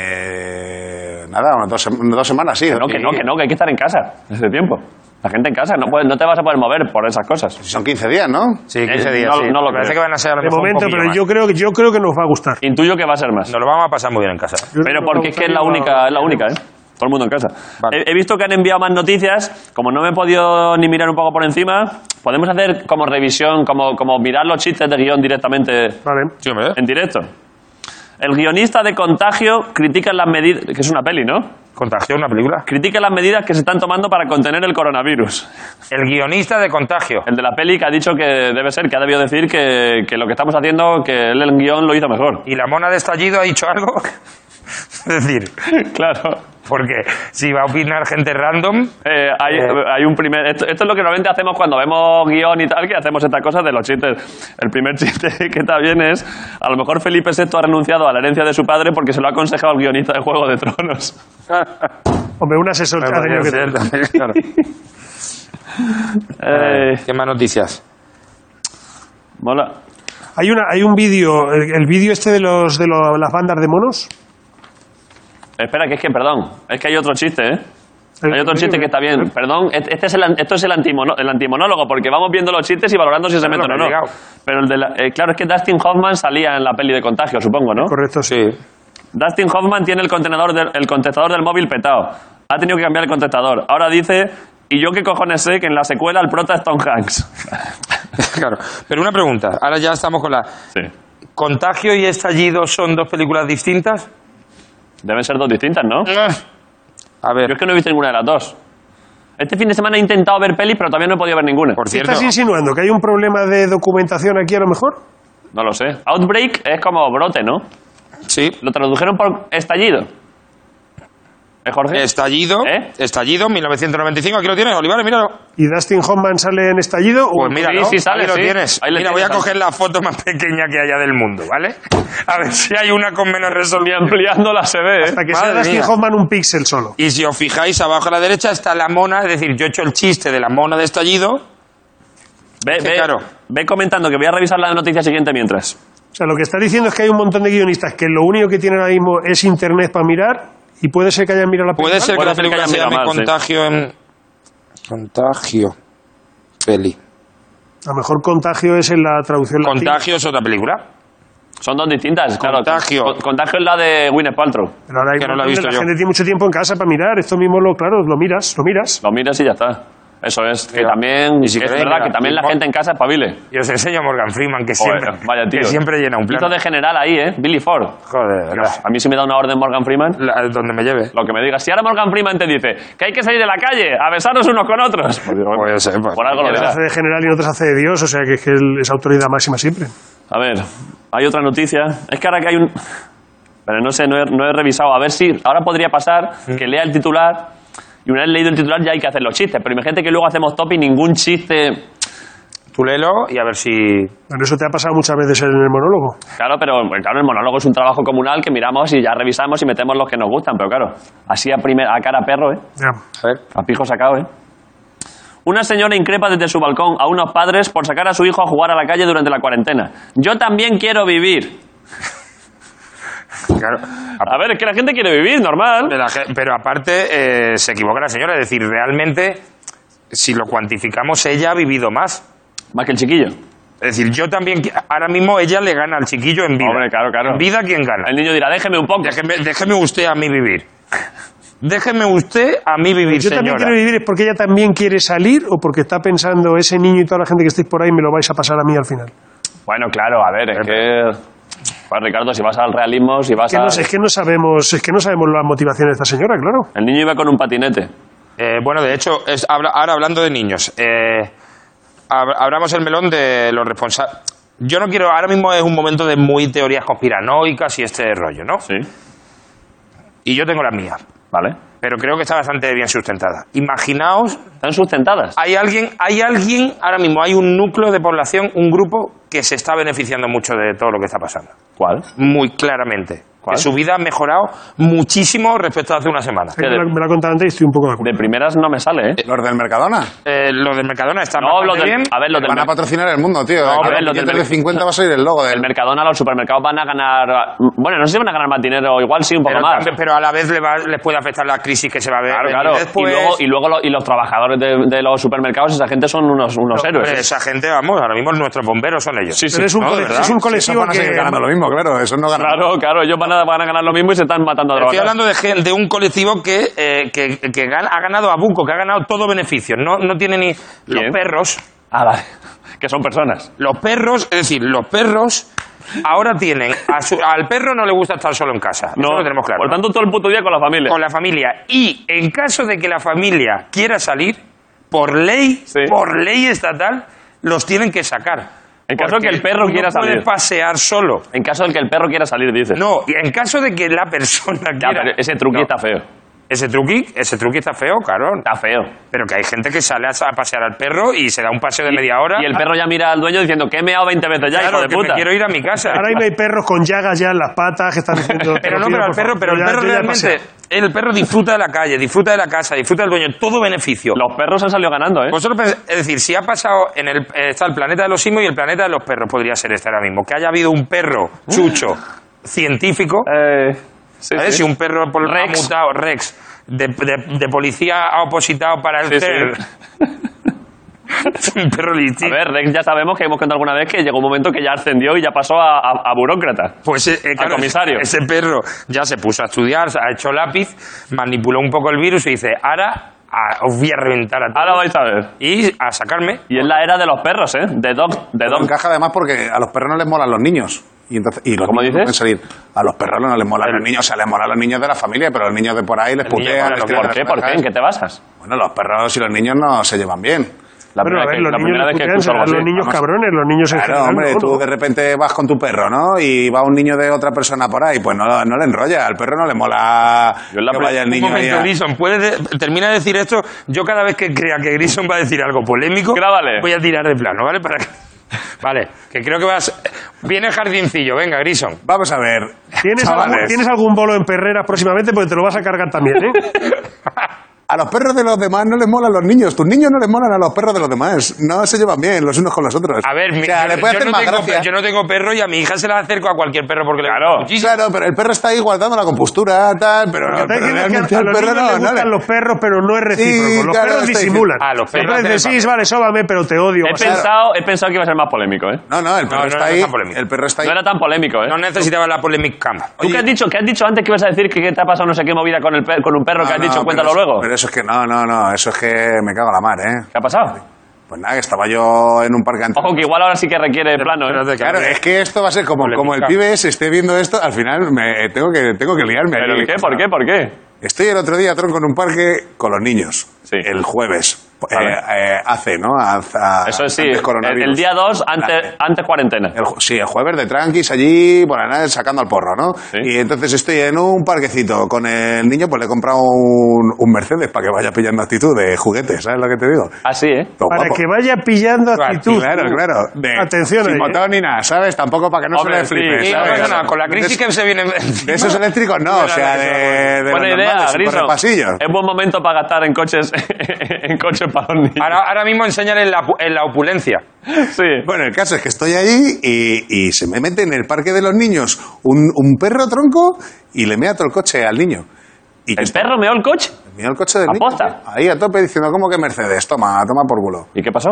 Eh, nada, unas dos, sem- dos semanas, sí.
No, que no, que no, que hay que estar en casa ese tiempo. La gente en casa, no, puede- no te vas a poder mover por esas cosas.
Si Son 15 días, ¿no?
[LAUGHS] Sí, 15
Eh,
días.
no-
sí.
no lo
Parece
creo.
que van a ser a lo
De
mejor un
momento,
poquillo
pero
más.
yo creo, que- yo creo que nos va a gustar.
Intuyo que va a ser más.
Nos lo vamos a pasar muy bien en casa.
Yo creo
Pero
que
porque
nos
es
va
que
a
es la
gustar y
única,
va-
es la única, ¿eh? Todo el mundo en casa.
Vale.
He, he visto que han enviado más noticias. Como no me he podido ni mirar un poco por encima, podemos hacer como revisión, como, como mirar los chistes de guión directamente
Vale.
Sí, hombre.
en directo. El guionista de Contagio critica las medidas... Que es una peli, ¿no?
Contagio, una película.
Critica las medidas que se están tomando para contener el coronavirus.
El guionista de Contagio.
El de la peli que ha dicho que debe ser, que ha debido decir que, que lo que estamos haciendo, que él el guión lo hizo mejor. [LAUGHS]
¿Y la mona de estallido ha dicho algo? [LAUGHS] es decir,
claro.
porque si va a opinar gente random.
Eh, hay,
Eh.
hay un primer. Esto, esto es lo que normalmente hacemos cuando vemos guión y tal, que hacemos estas cosas de los chistes. El primer [LAUGHS] chiste que también es: a lo mejor Felipe VI ha renunciado a la herencia de su padre porque se lo ha aconsejado el guionista de Juego de Tronos.
Hombre, un asesor ha tenido que tener.
[LAUGHS] Claro.
[LAUGHS] Eh,
¿Qué más noticias?
mola.
Hay, una, hay un vídeo, el, el vídeo este de, los, de lo- las bandas de monos.
Espera, que es que, perdón, es que hay otro chiste, ¿eh?
El-
Hay otro
el-
chiste que está bien. Perdón, et- este es el, an- esto es el, antimono- el antimonólogo, porque vamos viendo los chistes y valorando si se
Claro,
meten o
me
no.
he llegado.
Pero el de la- eh, claro, es que Dustin Hoffman salía en la peli de contagio, supongo, ¿no?
Correcto, sí.
Dustin Hoffman tiene el, contenedor del- el contestador del móvil petado. Ha tenido que cambiar el contestador. Ahora dice, ¿y yo qué cojones sé que en la secuela el prota es Tom Hanks?
[LAUGHS] Claro. Pero una pregunta. Ahora ya estamos con la.
sí.
¿Contagio y estallido son dos películas distintas?
Deben ser dos distintas, ¿no?
Ah. A ver.
Yo es que no he visto ninguna de las dos. Este fin de semana he intentado ver pelis, pero todavía no he podido ver ninguna.
Por cierto,
¿Estás insinuando que hay un problema de documentación aquí a lo mejor?
No lo sé. Outbreak es como brote, ¿no?
sí,
Lo tradujeron por estallido. ¿Eh, Jorge?
estallido,
¿Eh?
estallido, 1995, aquí lo tienes, Olivares, míralo.
¿Y Dustin Hoffman sale en estallido?
Pues mira,
sí, sí, sale,
ahí lo
sí.
tienes.
Ahí lo
mira,
tienes,
voy a
ahí.
coger la foto más pequeña que haya del mundo, ¿vale? A ver si hay una con menos
Y
resolución.
ampliándola se ve, ¿eh?
Hasta que sea
madre
Dustin
mía.
Hoffman un píxel solo.
Y si os fijáis, abajo a la derecha está la mona, es decir, yo he hecho el chiste de la mona de estallido,
Ve,
Sí,
ve-
claro.
ve comentando que voy a revisar la noticia siguiente mientras.
O sea, lo que está diciendo es que hay un montón de guionistas que lo único que tienen ahora mismo es internet para mirar y puede ser que hayan mirado la
Puede
película.
ser que
Puede
la
ser que
película
haya
se llame
mirado mal, sí.
Contagio en... Contagio. Peli.
A lo mejor contagio es en la traducción latina.
Contagio es otra película.
Son dos distintas, claro.
Contagio.
Con- contagio es la de Gwyneth Paltrow.
Pero ahora hay
Que no
un
la he
montón de-
visto
la
yo.
gente tiene mucho tiempo en casa para mirar. Esto mismo lo, claro, lo miras, lo miras.
Lo miras y ya está. Eso es. Que
Mira.
también.
Y si
es
queréis,
verdad
mira,
que también la
Big Mom-
gente en casa espabile.
Y os enseño a Morgan Freeman, que
Joder,
siempre,
vaya tío.
que siempre llena un
Hizo
plato.
de general ahí, ¿eh? Billy Ford.
Joder, de verdad.
A mí si me da una orden Morgan Freeman,
La- donde me lleve.
lo que me digas. Si ahora Morgan Freeman te dice que hay que salir de la calle a besarnos unos con otros. Pues digo,
Pues yo sé, pues,
por algo lo
mira.
dirá.
Hace de general y no te hace de Dios, o sea que es, que él es autoridad máxima siempre.
A ver, hay otra noticia. Es que ahora que hay un... Pero no sé, no he, no he revisado. A ver si ahora podría pasar que lea el titular y una vez leído el titular ya hay que hacer los chistes. Pero imagínate que luego hacemos top y ningún chiste...
Tú léelo y a ver si...
Bueno, eso te ha pasado muchas veces en el monólogo.
Claro, pero bueno, claro, el monólogo es un trabajo comunal que miramos y ya revisamos y metemos los que nos gustan. Pero claro, así a, primer, a cara a perro, ¿eh?
Ya.
A ver.
A pijo sacado, ¿eh? Una señora increpa desde su balcón a unos padres por sacar a su hijo a jugar a la calle durante la cuarentena. Yo también quiero vivir.
Claro.
A ver, es que la gente quiere vivir, normal.
Pero, la ge- pero aparte, eh, se equivoca la señora. Es decir, realmente, si lo cuantificamos, ella ha vivido más.
Más que el chiquillo.
Es decir, yo también... qui- Ahora mismo ella le gana al chiquillo en vida.
Hombre, claro, claro.
En vida, ¿quién gana?
El niño dirá, déjeme un poco.
Déjeme, déjeme usted a mí vivir. Déjeme usted a mí vivir,
Pues Yo también
señora.
quiero vivir, ¿es porque ella también quiere salir o porque está pensando ese niño y toda la gente que estáis por ahí me lo vais a pasar a mí al final?
Bueno, claro, a ver, es que... Pues, Ricardo, si vas al realismo, si vas
Que
a...
no- es que no sabemos, es que no sabemos las motivaciones de esta señora, claro.
El niño iba con un patinete.
Eh, bueno, de hecho, es- habla- ahora hablando de niños, eh, ab- abramos el melón de los responsables. Yo no quiero, ahora mismo es un momento de muy teorías conspiranoicas y este rollo, ¿no?
Sí,
Y yo tengo la mía,
vale.
pero creo que está bastante bien sustentada. Imaginaos,
Están sustentadas.
hay alguien, hay alguien, ahora mismo hay un núcleo de población, un grupo que se está beneficiando mucho de todo lo que está pasando,
¿Cuál?
muy claramente.
¿Cuál?
Que su vida ha mejorado muchísimo respecto a hace una semana.
Me
de-
lo, me lo ha contado antes y estoy un poco de acuerdo.
De primeras no me sale, ¿eh?
Los del Mercadona.
Eh, lo del Mercadona está
No,
bastante
los del-
bien.
a ver, los del
Van a
mer-
patrocinar el mundo, tío.
hombre,
Cada
los del
billete de
Merc-
50 va a salir el logo
El
del...
Mercadona, los supermercados van a ganar... Bueno, no sé si van a ganar más dinero, igual sí, un poco
pero,
más.
también- pero a la vez le va- les puede afectar la crisis que se va a ver
Claro,
venir
claro.
después.
Y luego, y luego lo- y los trabajadores de, de los supermercados, esa gente son unos, unos
Hombre,
héroes.
esa gente, vamos, ahora mismo nuestros bomberos son ellos.
Sí, sí.
Pero es un,
no, de
cole-
verdad.
es un
Sí, esos
colectivo
van a seguir
que-
ganando lo mismo, claro. Eso no ganan.
Claro, claro, ellos van a, van a ganar lo mismo y se están matando a
Estoy
trabajar.
hablando de, gen- de un colectivo que, eh, que, que gan- ha ganado a buco, que ha ganado todo beneficio. No, no tiene ni
¿Quién?
los perros.
Ah, vale. [LAUGHS] Que son personas.
Los perros, es decir, los perros ahora tienen. a su- al perro no le gusta estar solo en casa. Eso lo tenemos claro.
Por tanto, todo el puto día con la familia.
con la familia. Y en caso de que la familia quiera salir, por ley,
Sí.
por ley estatal, los tienen que sacar.
En caso de que
Porque
el perro
no
quiera salir.
puede pasear solo.
En caso del que el perro quiera salir, dice.
No, y en caso de que la persona
Ya,
quiera...
pero ese truqui
No.
está feo.
Ese truqui, ese truqui está feo, claro.
Está feo.
Pero que hay gente que sale a, a pasear al perro y se da un paseo de media hora.
Y el perro ya mira al dueño diciendo que he meado 20 veces ya,
Claro,
hijo de
que
puta.
me quiero ir a mi casa.
Ahora mismo hay perros con llagas ya en las patas que están diciendo... "Te
Pero
lo
no,
pido,
pero el
por
perro,
favor".
pero el
Yo ya-
perro
yo ya
realmente...
paseo.
El perro disfruta de la calle, disfruta de la casa, disfruta del dueño, todo beneficio.
Los perros han salido ganando, ¿eh?
Vosotros pens- es decir, si ha pasado en el eh, está el planeta de los simios y el planeta de los perros podría ser este ahora mismo, que haya habido un perro chucho científico,
Uh. Eh, sí,
¿sabes?
sí.
Si un perro por ha
Rex.
mutado, Rex, de, de- de policía ha opositado para el
Sí, sí.
CER. [LAUGHS] un perro
A
listín.
ver, Rex, ya sabemos que hemos contado alguna vez que llegó un momento que ya ascendió y ya pasó a, a- a burócrata.
Pues eh, claro,
comisario.
ese perro ya se puso a estudiar, ha hecho lápiz, manipuló un poco el virus y dice, ahora ah, os voy a reventar a todos
Ahora vais a ver.
y a sacarme.
Y es la era de los perros, ¿eh? De dog, de
Todo
dog
Pues,
encaja además porque a los perros no les molan los niños. Y entonces, y los
¿Cómo
niños no
dices?
pueden salir. A los perros no les molan los niños, o sea, les molan los niños de la familia, pero los niños de por ahí les
niño,
putean.
bueno,
les tiran
¿Por
las
qué?
pues,
¿Por qué?
orejas.
¿En qué te basas?
Bueno, los perros y los niños no se llevan bien.
La
Bueno, a
primera,
ver,
que-
los
la
niños,
primera
no
vez que
putean,
escucho algo
serán
así.
los niños
Vamos.
cabrones, los niños en
Claro,
general,
hombre,
¿no?
tú de repente vas con tu perro, ¿no? Y va un niño de otra persona por ahí, pues no, no le enrolla, al perro no le mola
Yo en la
que
pre-
vaya el
Un
niño ahí
momento,
a-
Grison, ¿puedes de- termina de decir esto. Yo cada vez que crea que Grison va a decir algo polémico,
Grábale.
voy a tirar de plano, ¿vale? Para que- [LAUGHS] Vale, que creo que vas... Viene jardincillo, venga, Grison.
Vamos a ver,
¿Tienes algún,
chavales,
¿Tienes algún bolo en perreras próximamente? Porque te lo vas a cargar también, ¿eh?
A los perros de los demás no les molan los niños. Tus niños no les molan a los perros de los demás. No se llevan bien los unos con los otros.
A ver, mi-
o sea, le
yo,
puede
yo
hacer
no
más
tengo,
gracia.
per- yo no tengo perro y a mi hija se la acerco a cualquier perro porque le gusta muchísimo.
Claro, pero el perro está ahí guardando la compostura, tal, pero,
Lo que está
pero
diciendo es que
realmente
a
el
los
perro
niños
no,
les
no
gustan
le-
los perros, pero no es recíproco. los
claro,
perros
está diciendo-
disimulan.
A los perros
Entonces
hacen el papel.
decís, vale, sóbame, pero te odio.
He
O sea,
pensado, he pensado que iba a ser más polémico, ¿eh?
No, no, el
No,
perro
no
está
era
ahí.
tan polémico.
El perro está ahí.
No era tan polémico, ¿eh?
No necesitaba la polémica
¿Tú qué has, dicho, qué has dicho antes que ibas a decir que, que te ha pasado no sé qué movida con, el per- con un perro
No,
que has
Ah, no,
dicho?
pero
Cuéntalo
eso-
luego.
Pero eso es que no, no, no, eso es que me cago en la mar, ¿eh?
¿Qué ha pasado?
[LAUGHS] Pues nada, que estaba yo en un parque antiguo.
Ojo, que igual ahora sí que requiere plano, ¿eh?
Claro, es que esto va a ser como,
Polémica.
como el pibe se esté viendo esto, al final me, tengo, que, tengo que liarme.
¿Pero
aquí.
qué? ¿Por qué? ¿Por qué?
Estoy el otro día, tronco, en un parque con los niños.
Sí.
El jueves.
Vale.
Eh, eh, hace, ¿no? Haz- a-
Eso sí,
Ah, antes
el,
coronavirus. Eh,
el día 2, antes,
Hace.
antes cuarentena.
El ju- sí, el jueves de tranquis allí, por la nada, sacando al porro, ¿no?
Sí.
Y entonces estoy en un parquecito con el niño, pues le he comprado un, un Mercedes para que vaya pillando actitud de juguete, ¿sabes lo que te digo?
Así, ¿eh?
Todo
para
guapo.
que vaya pillando
Claro,
actitud.
Claro, claro. De-
Atención ahí,
Sin
¿eh?
botón ni nada, ¿sabes? Tampoco para que no
Hombre,
se le flipe,
sí,
no
¿sabes?
pasa nada, con la crisis
de,
que se viene.
de esos eléctricos [LAUGHS] no, o sea, de, de
Buena
los
idea,
normales, un
Griso.
correpasillo.
Es buen momento para gastar en coches, [LAUGHS] en coches para los niños.
Ahora, ahora mismo enseñan en la, pu- en la opulencia.
Sí.
Bueno, el caso es que estoy allí y, y se me mete en el parque de los niños un, un perro tronco y le mea todo el coche al niño. Y yo
¿El
estaba-
perro meó el coche?
Mira el coche del
¿Aposta?
niño. Ahí a tope diciendo, ¿cómo que Mercedes? Toma, toma por culo.
¿Y qué pasó?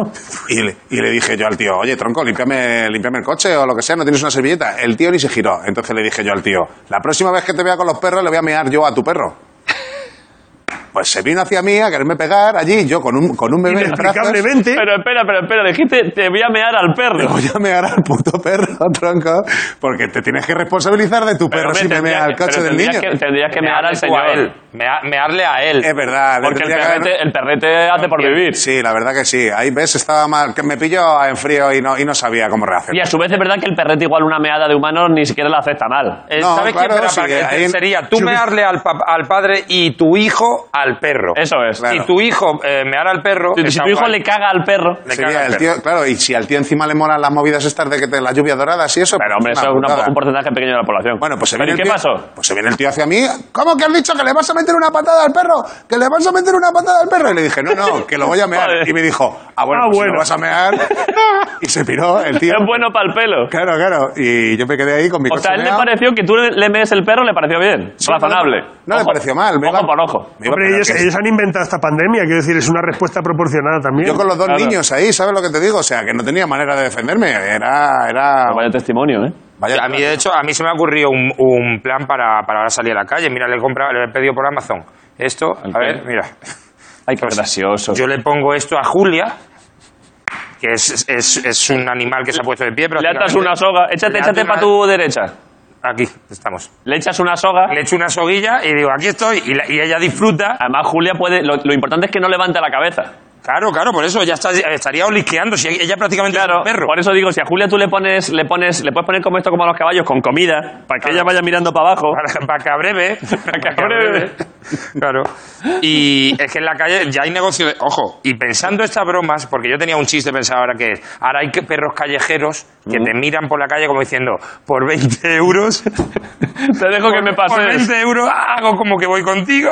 Y le, y le dije yo al tío, oye, tronco, límpiame, límpiame el coche o lo que sea, ¿no tienes una servilleta? El tío ni se giró. Entonces le dije yo al tío, la próxima vez que te vea con los perros le voy a mear yo a
[LAUGHS]
tu perro. Pues se vino hacia mí a quererme pegar allí, yo con un, con un bebé en brazos.
Inexplicablemente,
Pero espera, pero espera, dijiste, te voy a mear al
Le
perro.
voy a mear al puto perro, [LAUGHS] tronco, porque te tienes que responsabilizar de tu perro
hombre,
si me
tendría
mea el
que-
coche
pero
del niño.
tendrías Que, tendrías que mear al
Mearle tú a
señor.
él. Mea- Mearle a él.
Es verdad. le
Porque el
tendría que haber-
perrete, el perrete hace por vivir.
Sí, la verdad que sí. Ahí ves, estaba mal, que me pilló en frío y no, y no sabía cómo
Y a
reaccionar.
su vez es verdad que el perrete igual una meada de humano ni siquiera la acepta mal.
Eh,
No,
¿Sabes
claro,
quién era
sí,
para-
que ahí-
Sería tú mearle al, pa- al padre y tu hijo al perro.
Eso es.
Claro.
Si tu hijo eh, meara al perro.
Si- Si
está
tu hijo
guay.
le caga al perro,
Le
Sería
caga al
el tío- claro, y si al tío encima le molan las movidas estas de que te la lluvia dorada y eso.
Pero, hombre,
pues
eso es una-
putada.
un porcentaje pequeño de la población.
Bueno, pues se
Pero, ¿y
viene el
qué
tío,
pasó?
Pues se viene el tío hacia mí. ¿Cómo que has dicho que le vas a meter una patada al perro? Que le vas a meter una patada al perro. Y le dije, no, no, que lo voy a mear.
[LAUGHS] Joder.
Y me dijo, ah, bueno,
Ah,
pues si
bueno.
lo vas a mear.
[LAUGHS]
Y se piró el tío.
Es bueno para el pelo.
Claro, claro. Y yo me quedé ahí con mi
O
coche
sea, a él le
meado.
pareció que tú le mees el perro, le pareció bien, razonable.
No le
Ojo-
pareció mal. me
Ojo
iba-
por ojo.
me iba-
hombre,
pero
ellos,
que-
ellos han inventado esta pandemia, quiero decir, es una respuesta proporcionada también.
Yo con los dos
Claro.
niños ahí, ¿sabes lo que te digo? O sea, que no tenía manera de defenderme. Era. era...
Vaya testimonio, ¿eh?
Vaya-
A mí, de hecho, a mí se me ha ocurrido un, un plan para, para ahora salir a la calle. Mira, le he, comprado, le he pedido por Amazon esto.
¿El
A ver,
qué?
mira.
Ay,
Pues,
qué gracioso.
Yo le pongo esto a Julia, que es, es, es un animal que se ha puesto de pie.
Le atas
prácticamente.
una soga.
Le
Échate,
ato
échate
una-
para tu derecha.
Aquí, estamos.
Le echas una soga.
Le echo una soguilla y digo, aquí estoy. Y, la- y ella disfruta.
Además, Julia puede. Lo, lo importante es que no levante la cabeza.
Claro, claro, por eso ya está- estaría olisqueando. Si ella prácticamente es
Claro,
un perro.
por eso digo, si a Julia tú le pones, le pones, le puedes poner como esto, como a los caballos, con comida, para que
Claro.
ella vaya mirando para abajo.
Para, para
[LAUGHS]
que abreve.
Para que abreve.
Claro. Y es que en la calle ya hay negocio de... Ojo, y pensando estas bromas, porque yo tenía un chiste pensado ahora que es, ahora hay que perros callejeros que
Mm.
te miran por la calle como diciendo, por 20 euros...
Te dejo que me
Por
pases.
20 euros hago como que voy contigo.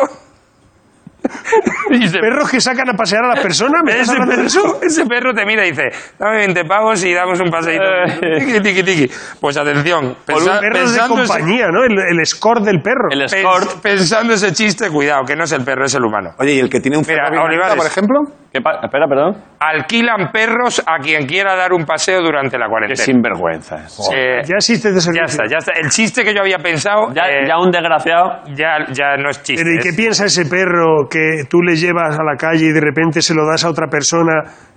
Y se-
Perros que sacan a pasear a las personas, ¿me estás
ese,
hablando de eso?
perro, ese perro te mira y dice, dame 20 pavos y damos un paseíto.
Eh.
Tiki, tiki, tiki. Pues atención,
Por
pensa-
un perro de
pensando ese-
compañía, ¿no? El, el score del perro.
El
Pens-
escort.
Pensando ese chiste, cuidado, que no es el perro, es el humano.
Oye, ¿y el que tiene un
Mira,
Ferrari en
Olivares.
Manta, por ejemplo?
¿Qué pa- Espera, perdón.
Alquilan perros a quien quiera dar un paseo durante la
Qué
cuarentena.
sinvergüenza. es.
Eh,
ya existe ese
ya
servicio.
está, ya está. El chiste que yo había pensado
Ya,
eh,
ya un desgraciado
ya, ya no es chiste.
Pero ¿y qué
es-
piensa ese perro que tú le llevas a la calle y de repente se lo das a otra persona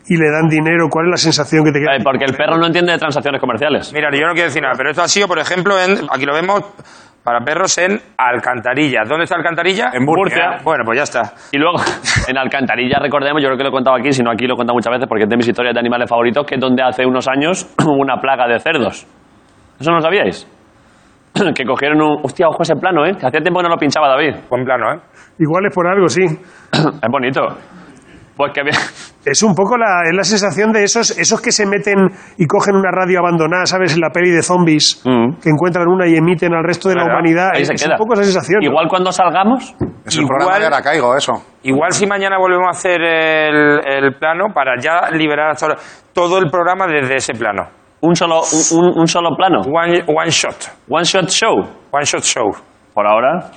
y le dan dinero? ¿Cuál es la sensación que te queda? [LAUGHS]
Eh, porque el perro no entiende de transacciones comerciales.
Mira, yo no quiero decir nada, pero esto ha sido, por ejemplo, en, aquí lo vemos para perros en alcantarillas. ¿Dónde está alcantarilla?
En Murcia.
Bueno, pues ya está.
Y luego, [LAUGHS] en Alcantarilla, recordemos, yo creo que lo he contado aquí, si no aquí lo he contado muchas veces, porque es de mis historias de animales favoritos, que es donde hace unos años [CLEARS THROAT] hubo una plaga de cerdos. ¿Eso no lo sabíais? [CLEARS THROAT] que cogieron un... Hostia, ojo ese plano, ¿eh? Que hacía tiempo que no lo pinchaba David. [LAUGHS]
Buen plano, ¿eh?
Igual es por algo, sí.
es bonito. Pues que bien...
Es un poco la, es la sensación de esos, esos que se meten y cogen una radio abandonada, ¿sabes? En la peli de zombies,
Mm.
que encuentran una y emiten al resto de la
Claro,
humanidad.
ahí
Ah, Es,
se
es
queda.
un poco esa sensación. ¿no?
Igual cuando salgamos,
Es el programa de Aracaigo, eso.
Igual si mañana volvemos a hacer el, el plano para ya liberar hasta ahora todo el programa desde ese plano.
Un solo, un, un- un solo plano.
One, one shot.
One shot show.
One shot show.
Por ahora.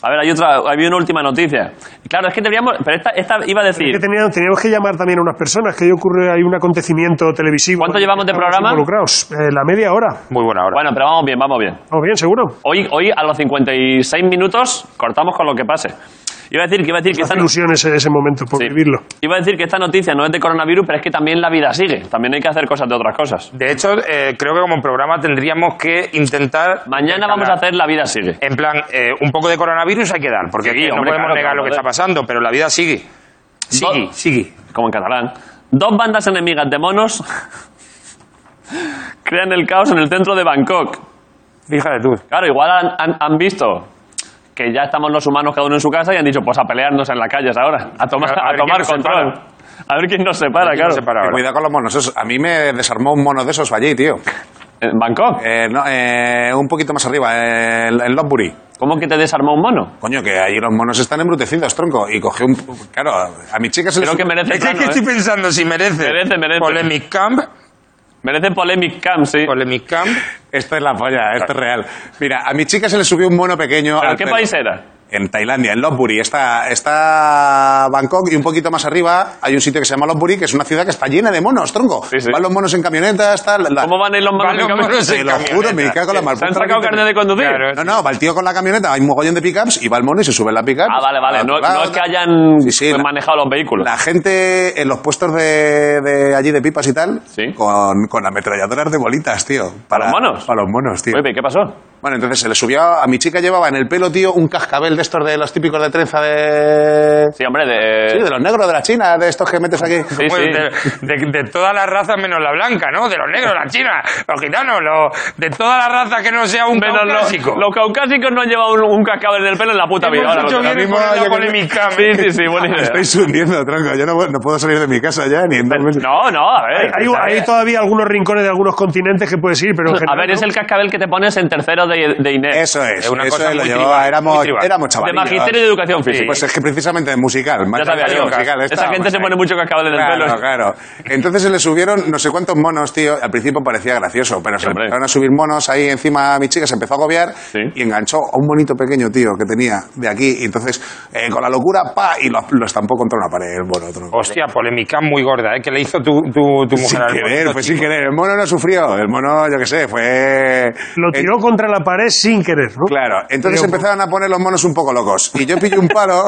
A ver, hay otra, había una última noticia. Claro, es que teníamos. Pero esta, esta iba a decir.
Que teníamos, teníamos que llamar también a unas personas, que hoy ocurre hay un acontecimiento televisivo.
¿Cuánto
en el que
llevamos de
estamos
programa?
Involucrados. Eh, la media hora.
Muy buena hora.
Bueno, pero vamos bien, vamos bien.
Vamos bien, seguro.
Hoy, hoy a los 56 minutos cortamos con lo que pase. Iba a decir que iba a decir que esta
Hace
no-
ilusión ese, ese momento por
sí.
vivirlo.
Iba a decir que esta noticia no es de coronavirus, pero es que también la vida sigue. También hay que hacer cosas de otras cosas.
De hecho, eh, creo que como programa tendríamos que intentar...
Mañana vamos a hacer la vida sigue.
En plan, eh, un poco de coronavirus hay que dar, porque
Sí,
aquí no
hombre,
podemos
claro,
negar
claro,
lo que está
joder.
pasando, pero la
[LAUGHS]
vida sigue. Sigue,
Todo.
sigue.
como en catalán. Dos bandas enemigas de monos [LAUGHS] crean el caos en el centro de Bangkok.
Fíjate tú.
Claro, igual han, han- han visto que ya estamos los humanos cada uno en su casa y han dicho, pues a pelearnos en las calles ahora, a tomar,
Claro, a
a
ver
tomar
quién nos
control. A ver quién nos separa,
quién
claro.
nos separa ahora.
Cuidado con los monos. esos. A mí me desarmó un mono de esos allí, tío.
¿En Bangkok?
Eh, no, eh, un poquito más arriba, eh, en en Lopburi.
¿Cómo que te desarmó un mono?
Coño, que ahí los monos están embrutecidos, tronco. Y cogió un. Claro, a mi chica se le.
Creo que
sub-
merece
Es que, es
plano,
que
¿eh?
estoy pensando si merece.
Merece, merece.
Polemic Camp.
Merece Polemic Camp, sí.
Polemic Camp.
Esto es la polla, esto es real. Mira, a mi chica se le subió un mono pequeño.
¿Pero
al
qué
pelo.
país era?
En Tailandia, en Lopburi. Está, está Bangkok y un poquito más arriba hay un sitio que se llama Lopburi, que es una ciudad que está llena de monos, tronco.
Sí, sí.
Van los monos en camionetas, tal. la-
¿Cómo van a ir los monos?
Van
en
los
camión?
monos
Te
en
lo juro, me
camioneta?
cago en la
¿Se
marputa.
han sacado carne de conducir?
Claro.
No, no, va el tío con la camioneta, hay un mogollón de pickups y va el mono y se sube en la pickup.
Ah, vale, vale.
Al
No,
otro lado,
no es que hayan
Sí, sí,
pues,
la-
manejado los vehículos.
La gente en los puestos de, de allí de pipas y tal,
Sí.
con, con ametralladoras de bolitas, tío.
los monos?
Para los monos, tío.
Pepe, ¿qué pasó?
Bueno, entonces se le subió a mi chica, llevaba en el pelo, tío, un cascabel de estos de los típicos de trenza de.
Sí, hombre, de...
Sí, de los negros, de la China, de estos que metes aquí.
Sí,
Pues
sí.
De, de- de todas las razas menos la blanca, ¿no? De los negros, las chinas, los gitanos, los- de todas las razas que no sea un
Menos
clásico.
los, los caucásicos no han llevado un, un cascabel del pelo en la puta vida. Ahora,
hecho
lo-
bien
lo
en
mismo-
poner la
yo que-
Polemic Camp.
Sí, sí, sí, buena idea.
Estoy hundiendo, tronco. Yo no, no puedo salir de mi casa ya ni en dos meses.
No, no, a ver.
Hay, hay todavía algunos rincones de algunos continentes que puedes ir, pero en
A
general,
ver, es
¿no?
el cascabel que te pones en tercero de, de Inés.
Eso es.
Es una
eso
cosa
es, lo
muy
llevaba.
tribal, muy
éramos,
tribal.
éramos
de
chavalillos.
magisterio de educación física.
Pues es que precisamente musical.
ya
Magisterio
sabes, tío,
musical,
esa
estábamos
gente se
ahí.
pone mucho cascabel en el
Claro,
pelo.
claro. Entonces se le subieron no sé cuántos monos, tío. Al principio parecía gracioso, pero se le
Hombre.
empezaron a subir monos ahí encima. Mi chica se empezó a agobiar
Sí.
y enganchó a un monito pequeño, tío, que tenía de aquí. Y entonces, eh, con la locura, pa, y lo, lo estampó contra una pared el mono. tronco.
Hostia, Polemic Camp muy gorda, ¿eh? Que le hizo tu, tu, tu mujer
Sin
al
querer,
bonito
fue
chico.
sin querer. El mono no sufrió. El mono, yo qué sé, fue.
Lo
Eh,
tiró contra la pared sin querer, ¿no?
Claro, entonces
Pero-
empezaron a poner los monos un poco locos. Y yo pillé
[LAUGHS]
un palo.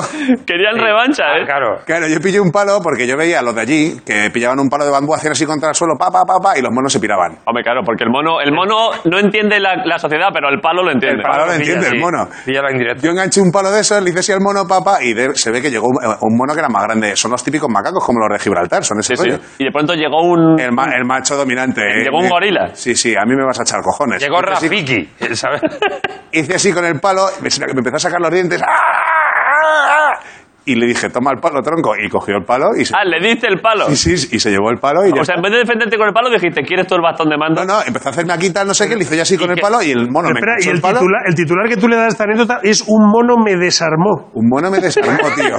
Querían revancha,
Ah,
¿eh?
Claro.
Claro, yo pillé un palo porque yo veía a los de allí que pillaban un palo de bambú, hacían así contra el suelo, pa, pa, pa, pa, y los monos se piraban.
Hombre, claro, porque el mono, el mono no entiende la, la sociedad, pero el palo lo entiende.
El palo lo
Pilla,
entiende,
sí.
el mono.
Pilla la indirecta.
Yo enganché un palo de esos, le hice así al mono, papá, y de- se ve que llegó un, eh, un mono que era más grande. Son los típicos macacos como los de Gibraltar, son ese
Sí, sí.
rollo.
Y de pronto llegó un...
El, ma- el macho dominante. ¿eh?
Llegó un gorila.
Sí, sí, a mí me vas a echar cojones.
Llegó
Hice así-
Rafiki, ¿sabes?
[LAUGHS] Hice así con el palo, me, me empezó a sacar los dientes. ¡ah, ah, ah! Y le dije, toma el palo, tronco. Y cogió el palo y se,
Ah, le diste el palo.
y sí, y se llevó el palo. Y ya
O sea,
está.
en vez de defenderte con el palo, dijiste, ¿quieres tú el bastón de mando?
No, no, empezó a hacerme aquí tal, no sé qué, le hizo ya así con el palo y el mono
Pero
me
espera, y
enganchó
el,
el palo.
titular, el titular que tú le das a esta anécdota es un mono me desarmó.
Un mono me desarmó, tío.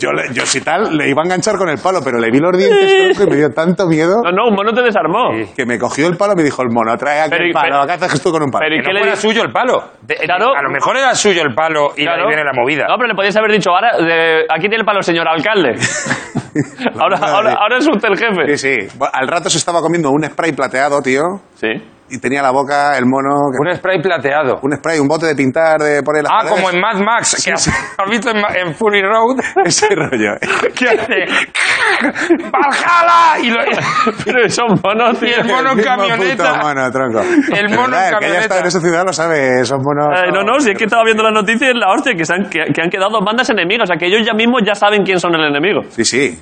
Yo, le- yo si tal, le iba a enganchar con el palo, pero le vi los dientes tronco, y me dio tanto miedo
No, no, un mono te desarmó.
que me cogió el palo y me dijo el mono, trae aquí
Pero y-
el palo,
pero-
¿qué haces tú con un palo?
pero
Que
¿Y qué
no
le
fuera
di-
suyo el palo. De- de-
Claro.
A lo mejor era suyo el palo y
Claro.
ahí viene la movida.
No, pero le podías haber dicho, ahora, de- aquí tiene el palo, señor
[LAUGHS]
alcalde. ahora,
Madre.
ahora, ahora es usted el jefe.
Sí, sí. Bueno, Al rato se estaba comiendo un spray plateado, tío,
Sí.
y tenía la boca el mono... que-
Un spray plateado.
un spray, un bote de pintar, de poner las
Ah,
paredes.
como en Mad Max, que has- has visto en, Ma- en Fury [LAUGHS] Road.
[LAUGHS] Ese
[LAUGHS]
rollo.
¿Qué hace? ¡Valhalla! Y, lo- y
Pero son monos, tío.
el mono en
mismo puto
camioneta.
mono, tronco.
El mono en
el que haya
camioneta.
estado en esa ciudad lo sabe, son monos...
Eh, no, no, si es que estaba viendo las noticias, la hostia, que, se han, que, que han quedado dos bandas enemigas, o sea, que ellos ya mismos ya saben quién son el enemigo.
Sí, sí.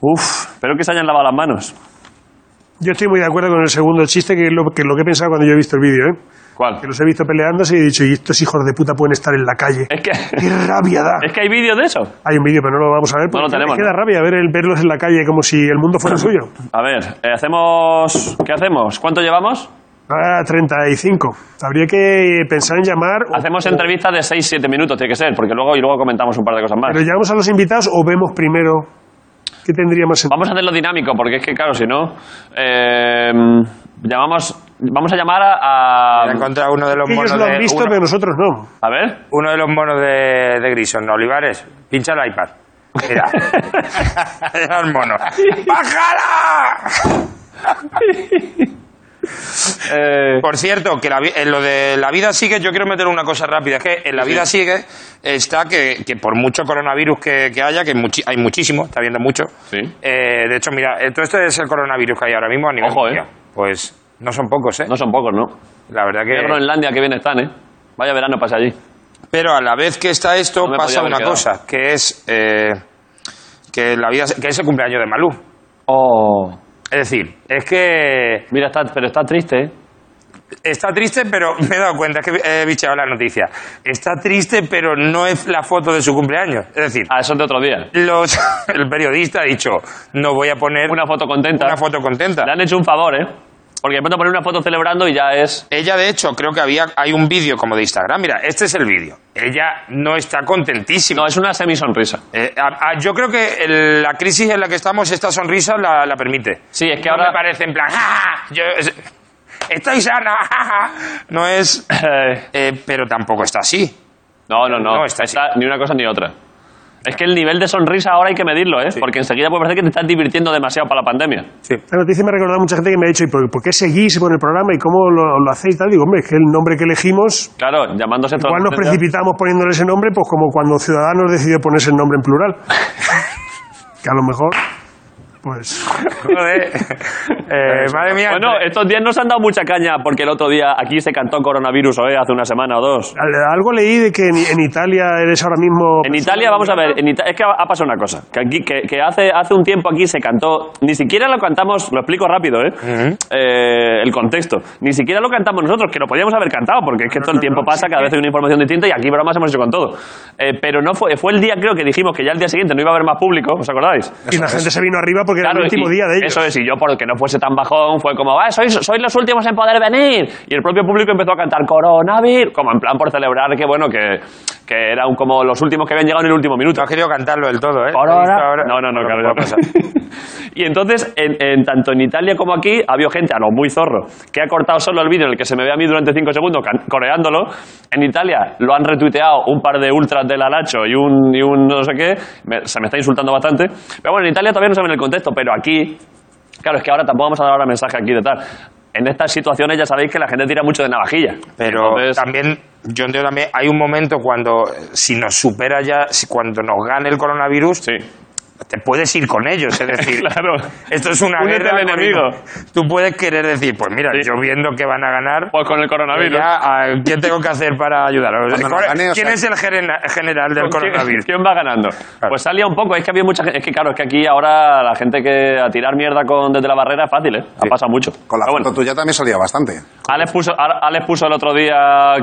Uf, espero que se hayan lavado las manos.
Yo estoy muy de acuerdo con el segundo chiste, que es lo que, lo que he pensado cuando yo he visto el vídeo, ¿eh?
¿Cuál?
Que los he visto peleándose y he dicho, y estos hijos de puta pueden estar en la calle.
Es que,
¡Qué rabia da!
es que hay vídeos de eso.
Hay un vídeo, pero no lo vamos a ver. porque
lo tenemos,
me queda
¿no?
rabia ver el, verlos en la calle como si el mundo fuera suyo.
A ver, eh, hacemos... ¿Qué hacemos? ¿Cuánto llevamos?
Ahora 35. Habría que pensar en llamar. o-
Hacemos entrevistas de 6-7 minutos, tiene que ser, porque luego, y luego comentamos un par de cosas más.
¿Pero llamamos a los invitados o vemos primero qué tendría más sentido?
Vamos a hacerlo dinámico, porque es que, claro, si no. eh, llamamos. Vamos a llamar a.
He
A,
encontrado uno de los
Ellos
monos
lo
de,
han visto,
uno,
pero nosotros no.
a ver.
uno de los monos de, de Grison, Olivares. Pincha el iPad.
[LAUGHS]
Mira. Era el mono. ¡Bájala!
[LAUGHS] eh,
Por cierto, que la vi- en lo de la vida sigue, yo quiero meter una cosa rápida. Es que en la vida sigue está que, que por mucho coronavirus que, que haya, que muchi- hay muchísimo, está habiendo mucho.
Sí.
Eh, de hecho, mira, eh, todo esto es el coronavirus que hay ahora mismo a nivel
Ojo,
mundial.
eh.
Pues no son pocos, ¿eh?
no son pocos, ¿no?
La verdad
Mira
que...
Groenlandia, que bien están, ¿eh? Vaya verano pasa allí.
Pero a la vez que está esto,
No me podía
pasa
haber
una
quedado.
cosa, que es eh, que la vida que es el cumpleaños de Malú.
Oh.
Es decir, es que
Mira, está, pero está triste, ¿eh?
está triste, pero [LAUGHS] me he dado cuenta, es que he bicheado la noticia. Está triste, pero no es la foto de su cumpleaños. Es decir,
Ah, eso es de otro día.
los, [LAUGHS] el periodista ha dicho, no voy a poner
Una foto contenta.
una foto contenta.
Le han hecho un favor, ¿eh? Porque de pronto poner una foto celebrando y ya es.
Ella, de hecho, creo que había hay un vídeo como de Instagram. Mira, este es el vídeo. Ella no está contentísima.
No, es una semisonrisa.
Eh, a- a- yo creo que el- la crisis en la que estamos, esta sonrisa la, la permite.
Sí, es que
no
ahora-
me parece en plan, "Ja, ja, yo es- estoy sana, ja, ja". No es...
[LAUGHS] Eh,
eh, pero tampoco está así.
No, no, no.
No, está así.
Está ni una cosa ni otra. Es que el nivel de sonrisa ahora hay que medirlo, ¿eh? Porque enseguida puede parecer que te estás divirtiendo demasiado para la pandemia.
La noticia me ha recordado a mucha gente que me ha dicho, ¿y por, por qué seguís con el programa y cómo lo, lo hacéis? Tal? Digo, hombre, es que el nombre que elegimos,
Claro, llamándose
igual nos
trascendencia.
precipitamos poniéndole ese nombre, pues como cuando Ciudadanos decidió ponerse el nombre en
[LAUGHS]
plural. que a lo mejor, pues...
Joder. Eh, madre mía.
Bueno, estos días nos han dado mucha caña porque el otro día aquí se cantó coronavirus, ¿eh? Hace una semana o dos.
al- Algo leí de que en, en Italia eres ahora mismo...
En Italia, vamos a ver, en Ita- es que ha, ha pasado una cosa, que, aquí, que, que hace, hace un tiempo aquí se cantó, ni siquiera lo cantamos, lo explico rápido, ¿eh? Eh, el contexto, ni siquiera lo cantamos nosotros, que lo podíamos haber cantado, porque es que todo el tiempo pasa, cada vez hay una información distinta y aquí bromas hemos hecho con todo. Eh, pero no fue, fue el día, creo que dijimos que ya el día siguiente no iba a haber más público, ¿os acordáis?
Y la gente se vino arriba porque era
Claro,
el último
y-
día de ellos.
Eso es, y yo porque no fuese tan bajón, fue como, va, sois, sois los últimos en poder venir. Y el propio público empezó a cantar coronavirus, como en plan por celebrar que, bueno, que, que eran como los últimos que habían llegado en el último minuto.
No has querido cantarlo del todo, ¿eh?
Corona.
He visto ahora-
No, no, no,
Pero
claro,
puede
ya
pasar.
pasa. [LAUGHS] Y entonces, en, en tanto en Italia como aquí, había gente, a lo muy zorro, que ha cortado solo el vídeo en el que se me ve a mí durante 5 segundos can- coreándolo. En Italia lo han retuiteado un par de ultras del Alacho y un, y un no sé qué. Me- se me está insultando bastante. Pero bueno, en Italia todavía no saben el contexto, pero aquí, claro, es que ahora tampoco vamos a dar ahora mensaje aquí de tal. En estas situaciones ya sabéis que la gente tira mucho de navajilla.
Pero
Entonces,
también, yo entiendo también, hay un momento cuando, eh, si nos supera ya, si cuando nos gane el coronavirus,
Sí.
te puedes ir
[LAUGHS]
con ellos, es decir,
Claro.
esto es una
Únete
guerra
al
con-
enemigo.
Tú puedes querer decir, pues mira,
Sí.
yo viendo que van a ganar,
Pues con el coronavirus.
ya, ¿a ¿quién eh, tengo que hacer para
[LAUGHS]
ayudaros?
Cuando
¿Cuál-
nos gane, o
¿Quién
sea-
es el gerena- general del
¿Quién-
[LAUGHS] coronavirus?
¿Quién va ganando? Pues salía un poco, es que había mucha gente, es que claro, es que aquí ahora la gente que a tirar mierda con desde la barrera es fácil, ¿eh? Ha pasado mucho.
Con
Pero
la foto
Ah, bueno,
tuya también salía bastante.
Alex puso, a- Alex puso el otro día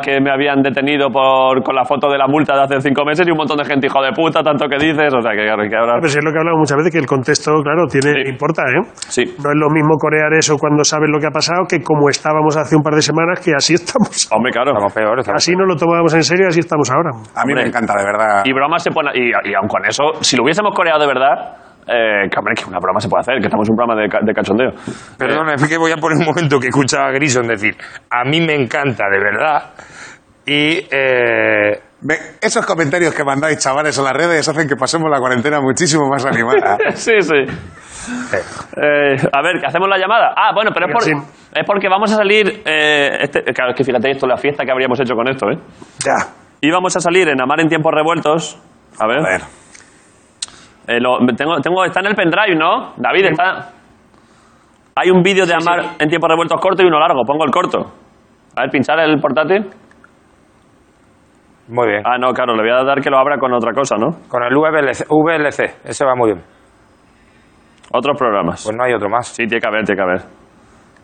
que me habían detenido por, con la foto de la multa de hace cinco meses y un montón de gente, hijo de puta, tanto que dices, o sea que, claro, que ahora...
Pues es lo que he hablado muchas veces, que el contexto, claro, tiene
Sí.
importa, ¿eh?
Sí.
No es lo mismo corear eso cuando sabes lo que ha pasado que como estábamos hace un par de semanas, que así [LAUGHS] estamos.
Hombre, claro.
Estamos peor, estamos
Así no lo tomábamos en serio, así estamos ahora.
A mí
Hombre.
me encanta, de verdad.
Y bromas se pone. Y, y aun con eso, si lo hubiésemos coreado de verdad, eh, que hombre, que una broma se puede hacer, que estamos en un programa de, ca- de cachondeo.
Perdona, es que voy a poner un momento que escuchaba a Grison decir, a mí me encanta, de verdad. Y eh,
Me- esos comentarios que mandáis, chavales, a las redes hacen que pasemos la cuarentena muchísimo
[LAUGHS]
más animada.
[LAUGHS] Sí, sí. Eh, a ver, ¿que ¿hacemos la llamada? Ah, bueno, pero es, por-
Sí.
es porque vamos a salir. eh, este- claro, es que fíjate esto, la fiesta que habríamos hecho con esto, ¿eh?
ya.
Íbamos a salir en Amar en tiempos revueltos. A ver.
A ver.
eh, lo- tengo, tengo- está en el pendrive, ¿no? David, está. Hay un vídeo de Amar en tiempos revueltos corto y uno largo. Pongo el corto. A ver, pinchar el portátil.
muy bien.
Ah, no, claro, le voy a dar que lo abra con otra cosa, ¿no?
Con el VLC, VLC, ese va muy bien.
Otros programas.
Pues no hay otro más.
Sí, tiene que haber, tiene que haber.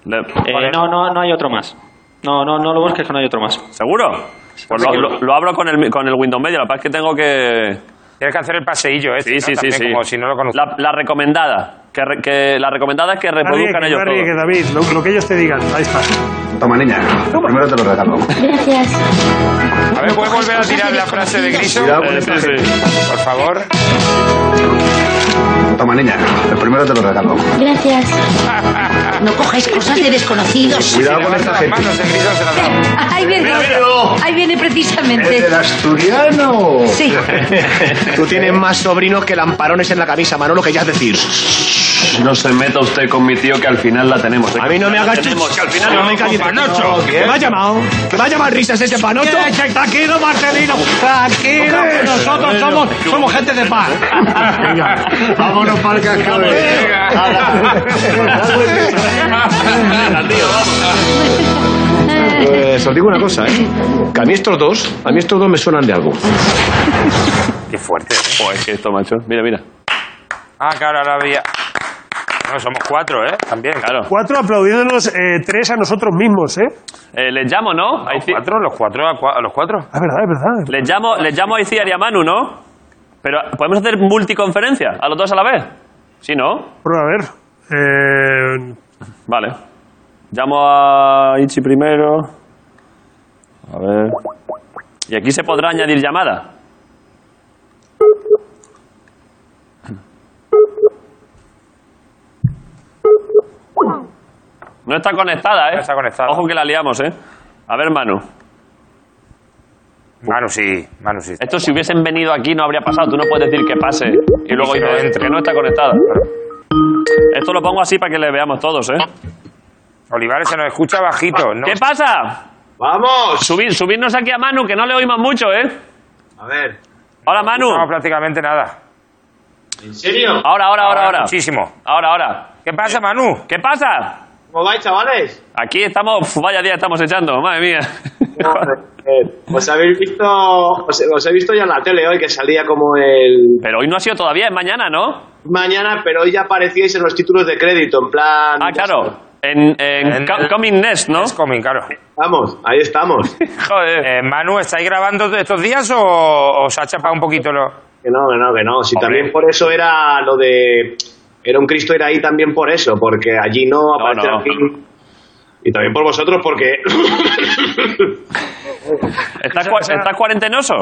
Le-
Eh, no, no, no hay otro más. No, no, no lo busques, que no hay otro más.
¿Seguro? Pues lo, lo- lo abro con el, mi- con el Windows Media. La verdad es que tengo que...
Tienes que hacer el paseillo,
Sí,
este,
sí,
¿no?
sí,
También,
sí.
Como si no lo conozco.
la, la recomendada. Que, re- que la recomendada es que reproduzcan
Nadie,
ellos
que nadie,
todo.
que David, lo, lo que ellos te digan, ahí está.
Toma, niña. Primero te lo regalo.
Gracias.
A ver, ¿puedes volver a tirar la frase de Griso?
Cuidado con
Eh,
esta
sí,
gente.
sí.
Por favor.
Toma, niña. Primero te lo regalo.
Gracias.
No cojáis cosas de desconocidos.
Cuidado con
Se levanta
esta
las
gente.
manos, el Griso se las da.
Ahí viene, ahí viene
¿Es
precisamente.
el asturiano?
Sí.
Tú tienes más sobrinos que lamparones en la camisa, Manolo, que ya es decir.
No se meta usted con mi tío que al final la tenemos.
A mí no me hagas chuchos, que al final no me calles.
Panocho,
No, que me ha llamado. Que me ha llamado risas ese panocho.
Tranquilo, Marcelino. Tranquilo, que nosotros somos, somos gente de paz.
Vámonos para el cascabel.
[LAUGHS]
Pues os digo una cosa, ¿eh? Que a mí estos dos, a mí estos dos me suenan de algo.
Qué fuerte. ¿eh?
Joder, Oh, es que esto, macho. Mira, mira.
Ah, claro, ahora había. No, somos cuatro, ¿eh? También.
Claro.
Cuatro aplaudiéndonos eh, tres a nosotros mismos, ¿eh?
Eh, les llamo, ¿no? Ahí sí-
¿Cuatro? ¿Los cuatro? ¿A, cua- a los cuatro?
Es Ah, verdad, es verdad.
Les llamo, les llamo a Iciar y a Manu, ¿no? Pero podemos hacer multiconferencia, a los dos a la vez. Sí, ¿no?
Prueba a ver. Eh,
Vale. Llamo a Ichi primero. A ver. Y aquí se podrá añadir llamada. No está conectada, ¿eh?
No está conectada.
Ojo que la liamos, ¿eh? A ver, Manu.
Manu sí, Manu sí.
Esto si hubiesen venido aquí no habría pasado. Tú no puedes decir que pase y luego
que no
dices
entre.
que no está conectada. Esto lo pongo así para que le veamos todos, ¿eh?
Olivares se nos escucha bajito. No,
¿Qué pasa?
¡Vamos!
Subid, subidnos aquí a Manu, que no le oímos mucho, ¿eh?
A ver,
Hola, Manu.
no prácticamente nada.
¿en serio?
Ahora, ahora, ahora, ahora.
Muchísimo.
Ahora, ahora.
¿Qué pasa, Manu?
¿Qué pasa?
¿Cómo vais, chavales?
[LAUGHS] Aquí estamos, uf, vaya día estamos echando, madre
[LAUGHS]
mía.
Os habéis visto, os, he visto ya en la tele hoy que salía como el
Pero hoy no ha sido todavía, es mañana, ¿no?
mañana, pero hoy ya aparecíais en los títulos de crédito, en plan.
Ah, claro. En, en
En-
Co- Coming Nest, ¿no?
Es coming, claro.
Vamos, ahí estamos.
Joder.
Eh, Manu, ¿estáis grabando estos días o, os ha chapado un poquito lo...?
Que no, que no, que no. Si
Hombre.
también por eso era lo de. Era un Cristo, era ahí también por eso, porque allí no aparece
no.
aquí. Y también por vosotros, porque [COUGHS]
¿Estás, cua- estás cuarentenoso?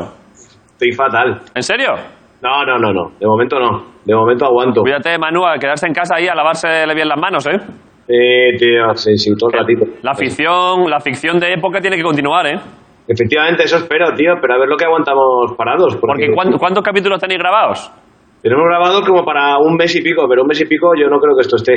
estoy fatal.
¿En serio?
No, no, no, no. De momento no. De momento aguanto.
Cuídate, Manu, a quedarse en casa ahí a lavársele bien las manos, ¿eh?
Eh, tío, sí, sí, todo el ratito.
La ficción, la ficción de época tiene que continuar, ¿eh?
Efectivamente, eso espero, tío, pero a ver lo que aguantamos parados. Porque,
Porque ¿cuán- ¿cuántos capítulos tenéis grabados?
tenemos grabado como para un mes y pico, pero un mes y pico yo no creo que esto esté.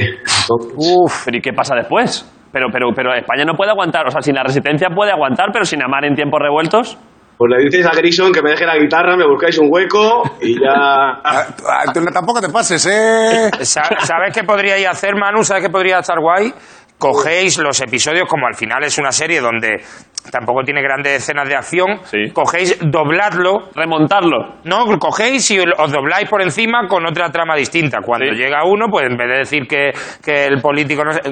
Uf. Pero ¿y qué pasa después? Pero, pero, pero España no puede aguantar. O sea, sin la resistencia puede aguantar, pero sin amar en tiempos revueltos.
Pues le dices a Grison que me deje la guitarra, me buscáis un hueco y ya.
Ah, ah, tú no- tampoco te
[LAUGHS]
pases, ¿eh?
[LAUGHS]
Sa- ¿Sabes qué podríais hacer, Manu? ¿Sabes qué podría estar guay? Cogéis los episodios, como al final es una serie donde tampoco tiene grandes escenas de acción,
Sí.
cogéis, dobladlo,
Remontarlo.
¿no? Cogéis y os dobláis por encima con otra trama distinta. Cuando
Sí.
llega uno, pues en vez de decir que, que el político no sé...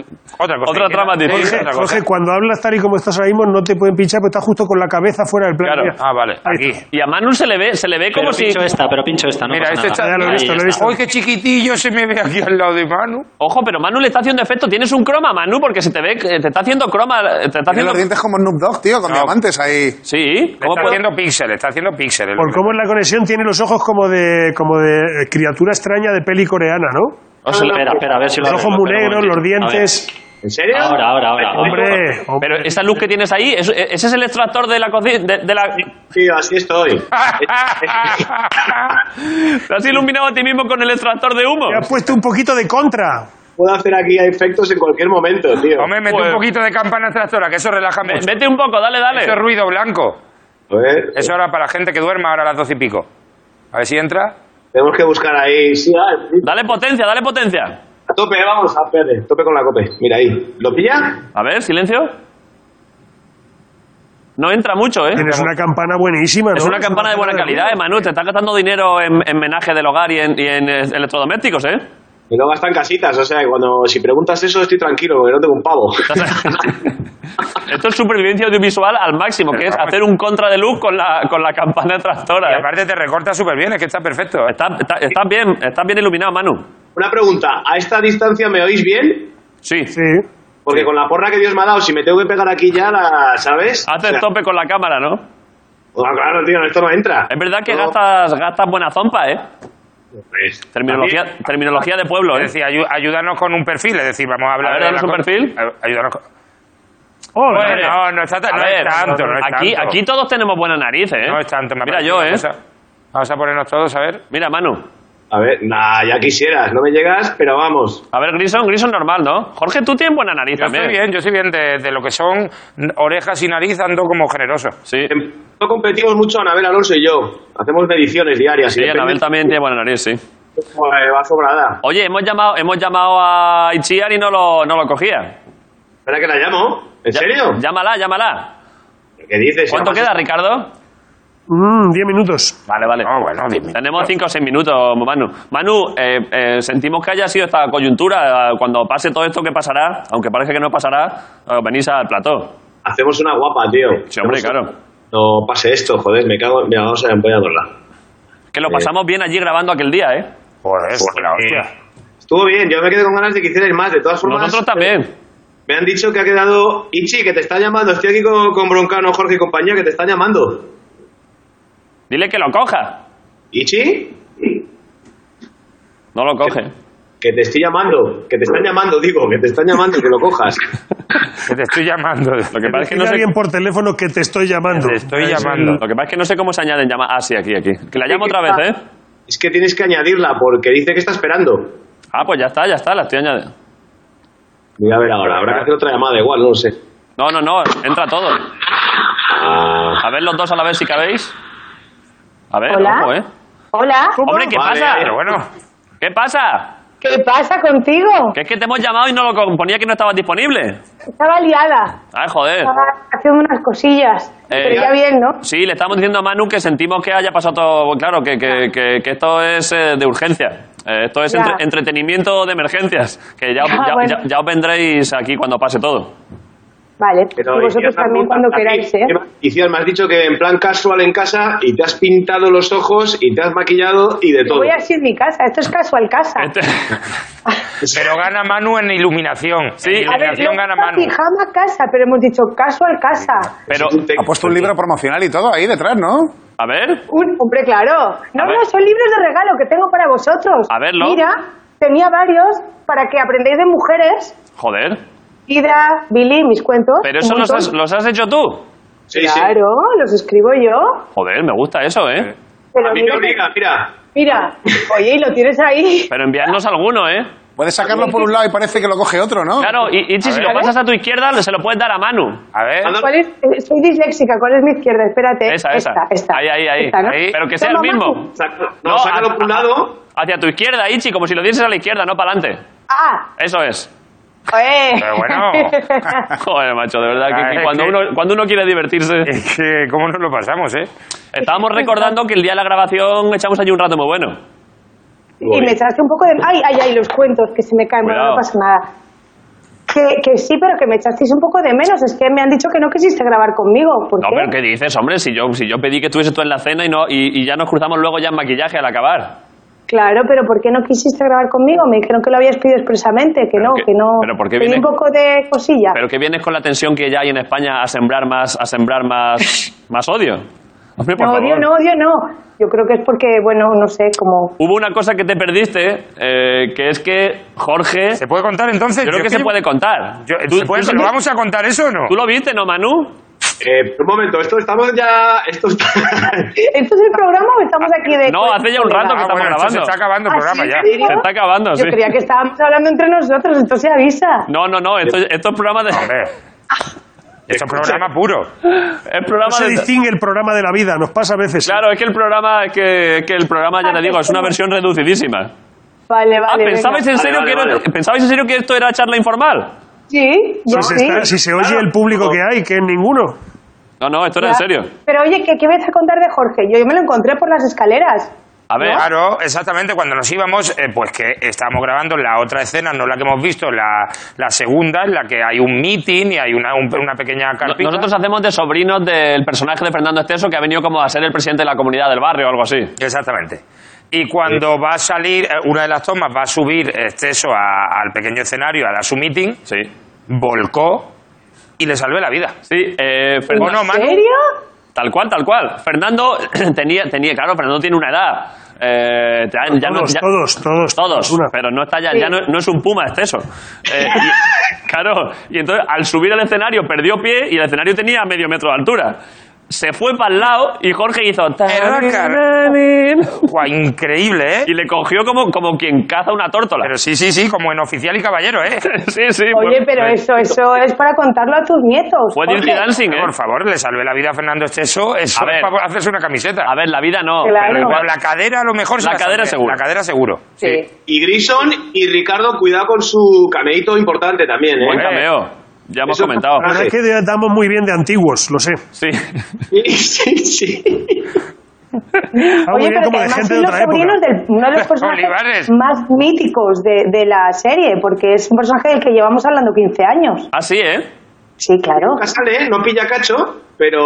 Otra cosa.
Otra
Que-
trama
Sí,
distinta.
otra cosa.
Jorge, cuando hablas tal y como estás ahora mismo, no te pueden pinchar porque estás justo con la cabeza fuera del plan.
Claro.
Mira.
Ah, vale,
Ahí
aquí.
está.
Y a Manu se le ve, se le ve como
Pero
si.
pincho esta, pero pincho esta, no
Mira, este
pasa nada.
está- Ya
lo he
Ahí
visto, lo he
está.
visto.
¡Ay, qué chiquitillo se me ve aquí al lado de Manu!
Ojo, pero Manu le está haciendo efecto. Tienes un croma, Manu, porque se te ve, que te está haciendo croma, eh, te está
Tiene
haciendo.
los dientes como Noob Dog, tío, con
No.
diamantes ahí.
Sí.
Le
¿Cómo
está
puedo-
haciendo píxeles, está haciendo píxeles.
Por cómo es la conexión, tiene los ojos como de, como de eh, criatura extraña de peli coreana, ¿no?
O sea, espera, espera, a ver si lo
Los ojos
arreglo,
muy
espera un
negros, los
momentito. A ver.
dientes.
¿En serio?
Ahora, ahora, ahora.
Hombre, hombre.
Pero esa luz que tienes ahí, ¿es- ese es el extractor de la cocina. De, de la...
Tío, así estoy.
¡Ah! ¿Te has iluminado a ti mismo con el extractor de humo?
Te has puesto un poquito de contra.
Puedo hacer aquí efectos en cualquier momento, tío.
[LAUGHS] Hombre, mete
Joder.
un poquito de campana tractora, que eso relaja
Ve-
mucho.
Vete un poco, dale, dale.
Eso es ruido blanco.
A
Pues-
ver,
Eso ahora para la gente que duerma ahora a las doce y pico. A ver si entra.
tenemos que buscar ahí. Sí, ah, sí.
Dale potencia, dale potencia.
A tope, eh, vamos, a perder. Tope con la cope. Mira ahí. ¿Lo pilla?
A ver, silencio. No entra mucho, ¿eh?
Tienes una campana buenísima, ¿no?
Es una campana de buena calidad, eh, Manu. Te estás gastando dinero en, en menaje del hogar y en, y en, eh, electrodomésticos, ¿eh?
Y no gastan casitas, o sea, que cuando si preguntas eso estoy tranquilo, porque no tengo un pavo.
[LAUGHS] Esto es supervivencia audiovisual al máximo, que es hacer un contra de luz con la, con la campana
Y
tractora. ¿eh?
aparte te recorta súper bien, es que está perfecto. ¿eh?
Está- está- estás bien, estás bien iluminado, Manu.
Una pregunta, ¿a esta distancia me oís bien?
Sí.
Sí.
Porque con la porra que Dios me ha dado, si me tengo que pegar aquí ya, la, ¿sabes?
Haces
O sea,
tope con la cámara, ¿no?
ah, claro, tío, esto no entra.
Es verdad que
No,
gastas, gastas buena zompa, ¿eh?
pues,
Terminología,
A mí-
terminología de pueblo, ¿eh?
Es decir, ayu- ayúdanos con un perfil, es decir, vamos a
A
hablar
ver,
de
danos
la
un
cosa-
perfil.
Ay- Ayúdanos con-
Oh,
Bueno,
Hombre.
no, no está tan-
A
no es tanto, no es
aquí,
tanto.
aquí todos tenemos buena nariz, ¿eh?
No es tanto, me
Mira
parece
yo,
una
¿eh?
cosa. Vamos a ponernos todos, a ver.
Mira, Manu.
A ver, nah, ya quisieras, no me llegas, pero vamos.
A ver, Grison, Grison normal, ¿no? Jorge, tú tienes buena nariz
Yo
también.
estoy bien, yo estoy bien de, de lo que son n- orejas y nariz, ando como generoso.
Sí.
Em, No competimos mucho Anabel Alonso y yo. Hacemos mediciones diarias.
Sí,
y depende-
Anabel también tiene buena nariz, sí.
Joder, va sobrada.
Oye, hemos llamado, hemos llamado a Ichiar y no lo, no lo cogía.
¿Espera que la llamo? ¿En serio? pues
Llámala, llámala.
¿Qué dices?
¿Cuánto
Además,
queda, Ricardo?
mm, 10 minutos.
Vale, vale.
No, bueno, diez minutos.
Tenemos 5 o 6 minutos, Manu. Manu, eh, eh, sentimos que haya sido esta coyuntura. eh, Cuando pase todo esto que pasará, aunque parece que no pasará, eh, venís al plató.
Hacemos una guapa, tío.
Sí, hombre,
Hacemos-
claro.
No pase esto, joder, me cago. Mira, vamos a Eh. voy a adorarla.
Que lo pasamos bien allí grabando aquel día, ¿eh?
Joder, fue la hostia.
Estuvo bien, yo me quedé con ganas de que hicierais más. De todas formas,
Nosotros también.
me han dicho que ha quedado Ichi, que te está llamando. Estoy aquí con, con Broncano, Jorge y compañía, que te están llamando.
Dile que lo coja.
¿Ichi?
No lo coge.
Que te estoy llamando. Que te están llamando, digo. Que te están llamando, que lo cojas.
Que te
[LAUGHS]
estoy llamando. Lo
que pasa es que
Hay
no sé-
alguien por teléfono que te estoy llamando.
Te estoy
Es el-
llamando.
Lo que pasa es que no sé cómo se añaden llamadas. Ah, sí, aquí, aquí. Que la llamo
Sí,
otra
que
vez, ¿eh?
está- Es que tienes que añadirla, porque dice que está esperando.
Ah, pues ya está, ya está, la estoy añadiendo.
Voy a ver ahora, habrá que hacer otra llamada igual, no lo sé.
No, no, no, entra todo. A
Ah.
ver los dos a la vez si cabéis. A ver,
Hola.
ojo, ¿eh?
Hola,
Hombre, ¿qué
Vale,
pasa?
Pero bueno,
¿Qué pasa?
¿qué pasa contigo?
Que es que te hemos llamado y no lo con- ponía que no estabas disponible.
Estaba liada,
Ay, joder.
estaba haciendo unas cosillas, pero ya,
ya-
bien, ¿no?
Sí, le estamos diciendo a Manu que sentimos que haya pasado todo. Claro, que, que- que- que esto es eh, de urgencia. Eh, esto es
Ya.
entre- entretenimiento de emergencias. Que ya, os-
[LAUGHS] Ah,
ya-
bueno.
ya- ya os vendréis aquí cuando pase todo.
Vale,
Pero
y vosotros
Iciar,
también
me has-
cuando
a mí,
queráis, ¿eh?
Y Iciar, me has dicho que en plan casual en casa y te has pintado los ojos y te has maquillado y de
Yo
todo.
voy así en mi casa, esto es casual casa.
Este- [LAUGHS]
pero gana Manu en iluminación.
Sí.
En
A ver,
iluminación
no
gana
está
Manu.
pijama casa, pero hemos dicho casual casa.
pero,
Ha puesto un libro promocional y todo ahí detrás, ¿no?
a ver.
Un, hombre, claro. No,
A ver.
no, son libros de regalo que tengo para vosotros.
A verlo.
Mira, tenía varios para que aprendáis de mujeres.
Joder.
Ida, Billy, mis cuentos.
Pero
un
eso los
montón.
has, los has hecho tú.
Sí, sí.
Claro, los escribo yo.
Joder, me gusta eso, ¿eh?
Pero
A mí me
mira,
obliga, mira.
que- mira, oye, y lo tienes ahí.
Pero enviarnos alguno, ¿eh?
Puedes sacarlo por un lado y parece que lo coge otro, ¿no?
Claro, y, Ichi, si lo
ver.
pasas a tu izquierda, se lo puedes dar a Manu.
A ver,
Anda-
¿Cuál es? eh, Soy disléxica, ¿cuál es mi izquierda? Espérate.
Esa, esa.
Eh, Esta, esta.
Ahí, ahí, ahí.
Esta, ¿no?
Ahí. Pero que sea
Toma,
el mismo.
Manu.
Saca- no, sácalo
a-
por un
a-
lado.
Hacia tu izquierda, Ichi, como si lo dieses a la izquierda, no para adelante.
Ah,
Eso es.
eh.
Pero bueno.
Joder, macho, de verdad, que,
Ah,
que
es
cuando,
que- Eh.
Uno, cuando uno quiere divertirse...
es que cómo nos lo pasamos, ¿eh?
Estábamos recordando que el día de la grabación echamos allí un rato muy bueno.
[LAUGHS] y me echaste un poco de... Ay, ay, ay, los cuentos, que se me caen, bueno,
Cuidado.
no pasa nada. Que, que sí, pero que me echasteis un poco de menos. Es que me han dicho que no quisiste grabar conmigo. ¿Por
No,
qué?
pero ¿qué dices, hombre? Si yo, si yo pedí que estuviese tú en la cena y, no, y, y ya nos cruzamos luego ya en maquillaje al acabar.
Claro, pero ¿por qué no quisiste grabar conmigo? Me dijeron que lo habías pedido expresamente, que no,
que-
que, no.
pero ¿por qué
Pedí
viene-
un poco de cosilla.
Pero que vienes con la tensión que ya hay en España a sembrar más, a sembrar más, más odio. Hombre, por
no,
favor.
odio, no, odio, no. Yo creo que es porque, bueno, no sé, como...
Hubo una cosa que te perdiste, eh, que es que Jorge...
¿Se puede contar entonces?
creo
Yo
que
es
se puede contar.
yo-
¿Tú,
¿se puede-
tú-
¿Pero vamos a contar eso o no?
tú lo viste, no, Manu?
Eh, un momento, esto estamos ya. Esto está. [LAUGHS]
¿Esto es el programa o estamos aquí de.?
No, hace ya un rato que
Ah,
estamos
bueno, esto se
grabando.
está acabando el
¿Ah,
programa
sí?
ya.
¿En serio?
Se está acabando,
Yo
sí.
creía que estábamos hablando entre nosotros, esto se avisa.
No, no, no, esto, esto es programa de...
Hombre.
Ah.
Esto es programa puro.
Es
No
programa
se
de...
distingue el programa de la vida, nos pasa a veces.
Claro, es que el programa, es que, es que el programa, ya
Ah,
te digo,
que
es una
como-
versión reducidísima.
Vale,
ah,
vale.
¿pensabais
venga.
en, serio
Vale,
que
vale,
era-
vale.
¿pensabais en serio que esto era charla informal?
Sí, yo
Si se,
sí.
está- si se oye el público que hay, que es ninguno.
No, no, esto era en
Ya.
serio.
Pero oye, ¿qué, qué me vas a contar de Jorge? Yo, yo me lo encontré por las escaleras.
A ver,
Claro, exactamente. Cuando nos íbamos, eh, pues que estábamos grabando la otra escena, no la que hemos visto, la, la segunda, en la que hay un meeting y hay una, un- una pequeña
no-
carpita.
nosotros hacemos de sobrinos del personaje de Fernando Esteso que ha venido como a ser el presidente de la comunidad del barrio o algo así.
Exactamente. Y cuando va a salir, eh, una de las tomas va a subir exceso al pequeño escenario, a la su meeting,
Sí.
volcó y le salvé la vida.
Sí, eh, Fernando.
¿O no,
¿En
Manu?
serio?
Tal cual, tal cual. Fernando [CLEARS THROAT] tenía, tenía claro, Fernando tiene una edad. Eh, ya- ya no-
todos,
ya-
todos, todos,
todos,
Una.
pero no está ya,
Sí.
ya no, no es un puma exceso.
[LAUGHS]
Eh, y- claro, y entonces al subir al escenario perdió pie y el escenario tenía medio metro de altura. Se fue para el lado y Jorge hizo.
Errácar. Guau, increíble, ¿eh?
[LAUGHS] Y le cogió como, como quien caza una tórtola.
Pero sí, sí, sí, como en oficial y caballero, [LAUGHS] ¿eh?
sí, sí.
Oye,
fue-
pero
eh,
eso, eso es para contarlo a tus nietos.
Fue
Jorge.
Dirty Dancing, ¿eh?
Por favor, le salvé la vida a Fernando Esteso. Eso
A ver.
es para hacerse una camiseta.
A ver, la vida no.
Claro.
pero igual-
Pero la cadera a lo mejor se
La cadera
salvé.
seguro.
La cadera seguro.
Sí.
Y Grison y Ricardo, cuidado con su cameíto importante también, ¿eh?
Buen cameo. Ya hemos
Eso-
comentado.
La verdad es que estamos muy bien de antiguos, lo sé.
Sí.
[LAUGHS]
[LAUGHS]
Sí, sí, sí.
Estamos Ah, muy
Oye,
bien
pero que
como de
además
gente de
son los
otra época.
sobrinos de
[LAUGHS]
uno de los personajes
Olivares.
más míticos de, de la serie, porque es un personaje del que llevamos hablando 15 años.
Así, ¿eh?
Sí, claro.
Nunca sale, ¿eh? No pilla cacho, pero,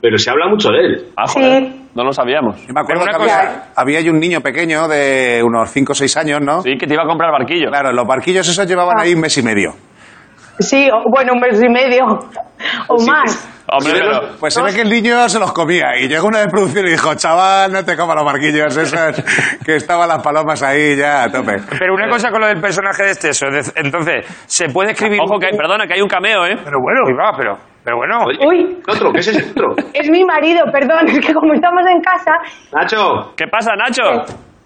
pero se habla mucho de él.
Ah,
Sí.
joder, No lo sabíamos.
Yo me acuerdo que
Pero una
había, había ahí un niño pequeño de unos 5 o 6 años, ¿no?
Sí, que te iba a comprar barquillo.
Claro, los barquillos esos llevaban
Ah.
ahí un mes y medio.
Sí, o- bueno, un mes y medio o más.
Hombre, pero.
Pues se ve que el niño se los comía y llegó una de producción y dijo, chaval, no te comas los barquillos esos, [LAUGHS] que estaban las palomas ahí ya a tope.
Pero
Eh.
una cosa con lo del personaje de Esteso. de- Entonces, se puede escribir.
Ojo, que hay, perdona, que hay un cameo, ¿eh?
Pero bueno,
Uy, va, pero, pero bueno.
Oye,
Uy.
Otro, ¿qué es ese otro?
Es mi marido, perdón, [LAUGHS] es que como estamos en casa,
Nacho,
¿Qué pasa, Nacho?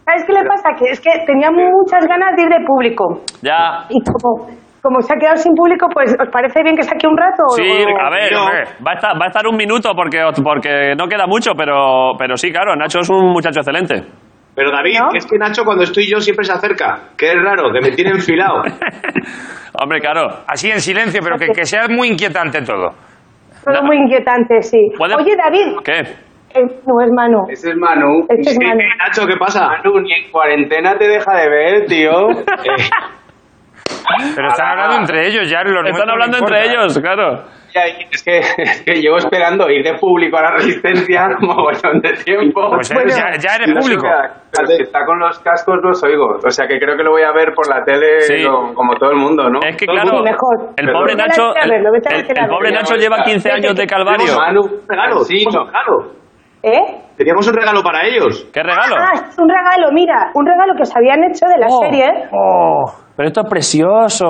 ¿sabes qué le pasa? Que es que tenía muchas ganas de ir de público.
Ya.
Y como, como se ha quedado sin público, pues ¿os parece bien que saque un rato?
Sí,
O-
a ver,
no.
hombre, va a estar, va a estar un minuto porque, porque no queda mucho, pero, pero sí, claro, Nacho es un muchacho excelente. [LAUGHS]
pero David,
¿No?
que es que Nacho cuando estoy yo siempre se acerca. Que es raro, que me tiene enfilado.
Hombre, claro.
Así en silencio, pero que, que sea muy inquietante todo.
Todo muy inquietante, sí.
¿Puede-
Oye, David,
¿Qué?
eh, no es Manu.
Ese es Manu.
Este es
Sí,
Manu.
Nacho, ¿qué pasa?
Manu, ni en cuarentena te deja de ver,
[LAUGHS]
tío. Eh,
Pero
Ah,
están hablando entre ellos ya. Los nuestros
Están
no
hablando entre
importa.
ellos, claro.
ya, es, que, es que llevo esperando ir de público a la resistencia como montón de tiempo.
Pues eres- ya, ya eres
No sé,
público.
pero si está con los cascos los oigo. O sea que creo que lo voy a ver por la tele
Sí.
lo- como todo el mundo, ¿no?
Es que,
Todo el
claro,
Sí, mejor.
el pobre
Vete a la
Nacho,
tele a
el,
verlo, vete a la
el-
tele a
el pobre
verlo.
Nacho lleva 15 años de calvario.
mundo. Manu,
Regalo,
sí,
teníamos un regalo.
¿Eh?
Teníamos un regalo para ellos.
¿Qué regalo?
Ah, es un regalo, mira, un regalo que os habían hecho de la
Oh.
serie.
Pero esto es precioso.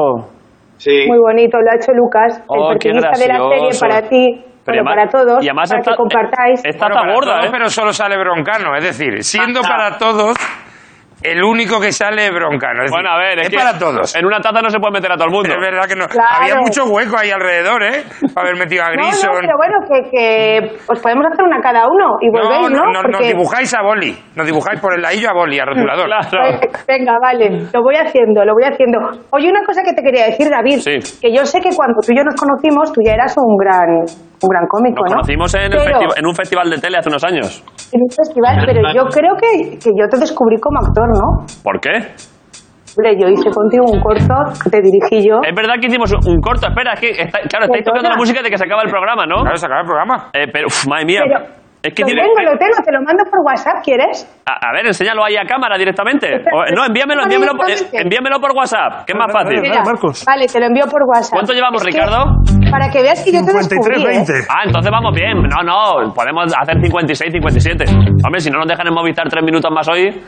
Sí.
Muy bonito, lo ha hecho Lucas,
Oh,
el
qué
pertinista de la serie
gracioso.
para ti,
Pero
bueno,
además-
para todos,
y además
para
está-
que compartáis.
está
Bueno,
hasta
para
gorda,
todos,
¿eh?
pero solo sale broncano. Es decir, siendo
Hasta-
para todos, el único que sale es broncano. Es,
Bueno, a
decir,
ver, es, que
para todos.
En una taza no se puede meter a todo el mundo.
Pero es verdad que no.
Claro.
Había mucho hueco ahí alrededor,
[LAUGHS]
¿eh? Para haber metido a
No, no,
Grison.
pero bueno, que, que os podemos hacer una cada uno y volvéis,
no,
¿no?
nos dibujáis a boli. Nos dibujáis por el ladillo a boli, a rotulador.
Claro.
Pues, venga, vale, lo voy haciendo, lo voy haciendo. Oye, una cosa que te quería decir, David,
Sí.
que yo sé que cuando tú y yo nos conocimos, tú ya eras un gran, un gran cómico,
Nos
¿no?
conocimos en, el
Pero-
festi- en un festival de tele hace unos años.
en un festival, pero yo creo que, que yo te descubrí como actor, ¿no?
¿Por qué?
Hombre, yo hice contigo un corto que te dirigí yo.
Es verdad que hicimos un corto. Espera, es que está- claro, estáis tocando
Perdona.
la música de que se acaba el programa, ¿no?
Claro, se acaba el programa.
Eh, pero, uf, madre mía.
Pero
es que
lo
tiene.
tengo, lo tengo, te lo mando por WhatsApp, ¿quieres?
A, a ver, enséñalo ahí a cámara directamente.
Espera,
O- no, envíamelo, envíamelo, por- eh,
directamente.
envíamelo por WhatsApp, que es más fácil.
Vale, Marcos.
Vale, te lo envío por WhatsApp.
Ah, ¿Cuánto llevamos,
que-
Ricardo?
para que veas que yo te descubrí.
53-20.
¿eh?
Ah, entonces vamos bien. No, no, podemos hacer 56, 57. Hombre, si no nos dejan en Movistar tres minutos más hoy.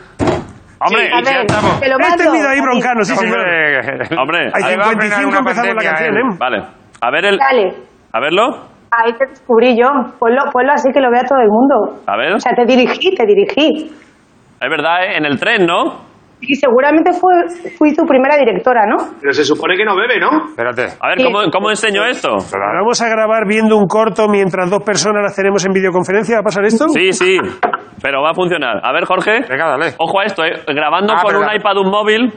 Hombre,
A ver, te lo mando.
este es mi David
David.
Broncano, sí señor.
Hombre. [LAUGHS]
hombre.
Hay
Ahí va a frenar
55
una
empezamos la
pandemia,
canción,
eh.
¿eh?
Vale. A ver el.
Dale,
A verlo.
ahí te descubrí yo. Ponlo, ponlo así que lo vea todo el mundo.
A ver.
O sea, te dirigí, te dirigí.
Es verdad, ¿eh? en el tren, ¿no?
Y seguramente fue, fui tu primera directora, ¿no?
Pero se supone que no bebe, ¿no?
Espérate.
A ver,
Sí.
¿cómo, cómo enseño esto?
Ahora Vamos a grabar viendo un corto mientras dos personas las tenemos en videoconferencia. ¿Va a pasar esto?
Sí, sí, pero va a funcionar. A ver, Jorge.
Venga, dale.
Ojo a esto, ¿eh? Grabando
Ah,
con
pero
un
la-
iPad, un móvil.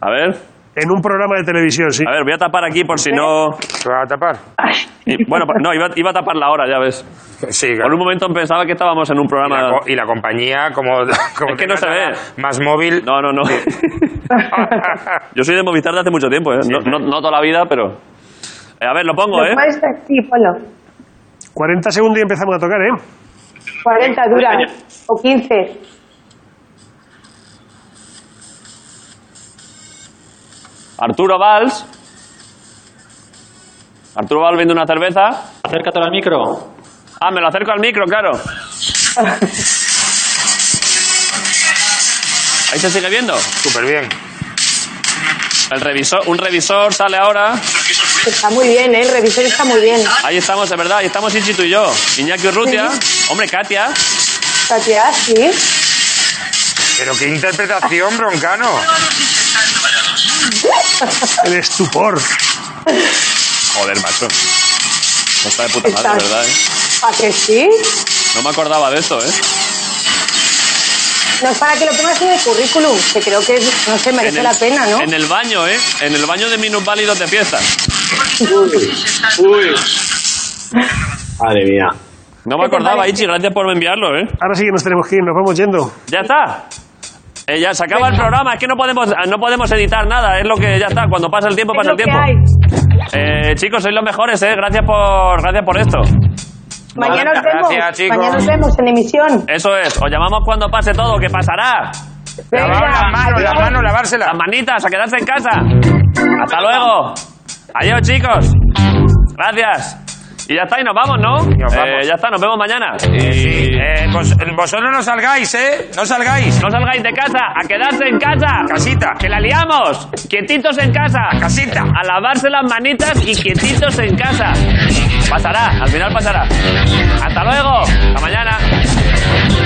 A ver,
En un programa de televisión, sí.
a ver, voy a tapar aquí por si no...
¿Te vas a tapar?
[LAUGHS]
y- bueno, no, iba, iba a tapar la hora, ya ves.
Sí,
Por
claro.
un momento pensaba que estábamos en un
Y la,
programa...
co- y la compañía, como. [LAUGHS] como
Es que no se ve.
Más móvil.
No, no, no. [LAUGHS] Yo soy de Movistar de hace mucho tiempo, ¿eh? No, no- no toda la vida, pero... Eh, a ver, lo pongo,
Lo
¿eh?
puedes ver, sí, ponlo.
40 segundos y empezamos a tocar, ¿eh?
40 dura, o 15.
Arturo Valls. Arturo va bebiendo una cerveza. Acércatelo al micro. Ah, me lo acerco al micro, claro. Ahí se sigue viendo.
Súper bien.
El revisor, un revisor sale ahora.
Está muy bien, ¿eh? El revisor está muy bien.
Ahí estamos, es verdad, ahí estamos Ichi, tú y yo. Iñaki Urrutia, hombre, Katia.
Katia, sí.
Pero qué interpretación, broncano.
El estupor.
Joder, macho. No está de puta madre,
Está-
¿verdad? eh?
¿Para que sí?
No me acordaba de esto, ¿eh?
No es para que lo pongas en el currículum, que creo que, no sé, merece
el,
la pena, ¿no?
En el baño, ¿eh? En el baño de minusválidos de fiesta.
Uy. Madre mía.
No me acordaba, Ichi, gracias por enviarlo, ¿eh?
Ahora sí que nos tenemos que ir, nos vamos yendo.
Ya está. Eh, ya se acaba el programa, es que no podemos, eh, no podemos editar nada, es lo que ya está, cuando pasa el tiempo,
Es
pasa
lo
el tiempo.
que hay.
Eh, chicos, sois los mejores, ¿eh? Gracias por, gracias por esto.
Mañana nos
Gracias,
vemos.
chicos.
Mañana nos vemos en emisión.
Eso es, os llamamos cuando pase todo, que pasará.
Venga,
Lavar la mano, la
adiós.
mano, lavársela.
Las manitas, a quedarse en casa. Hasta luego. Adiós, chicos. Gracias. Y ya está, y nos vamos, ¿no?
nos vamos.
Eh, ya está, nos vemos mañana.
Sí, eh, vos- vosotros no salgáis, ¿eh? No salgáis.
No salgáis de casa, a quedarse en casa.
Casita.
Que la liamos. Quietitos en casa.
Casita.
A lavarse las manitas y quietitos en casa. Pasará, al final pasará. Hasta luego. Hasta mañana.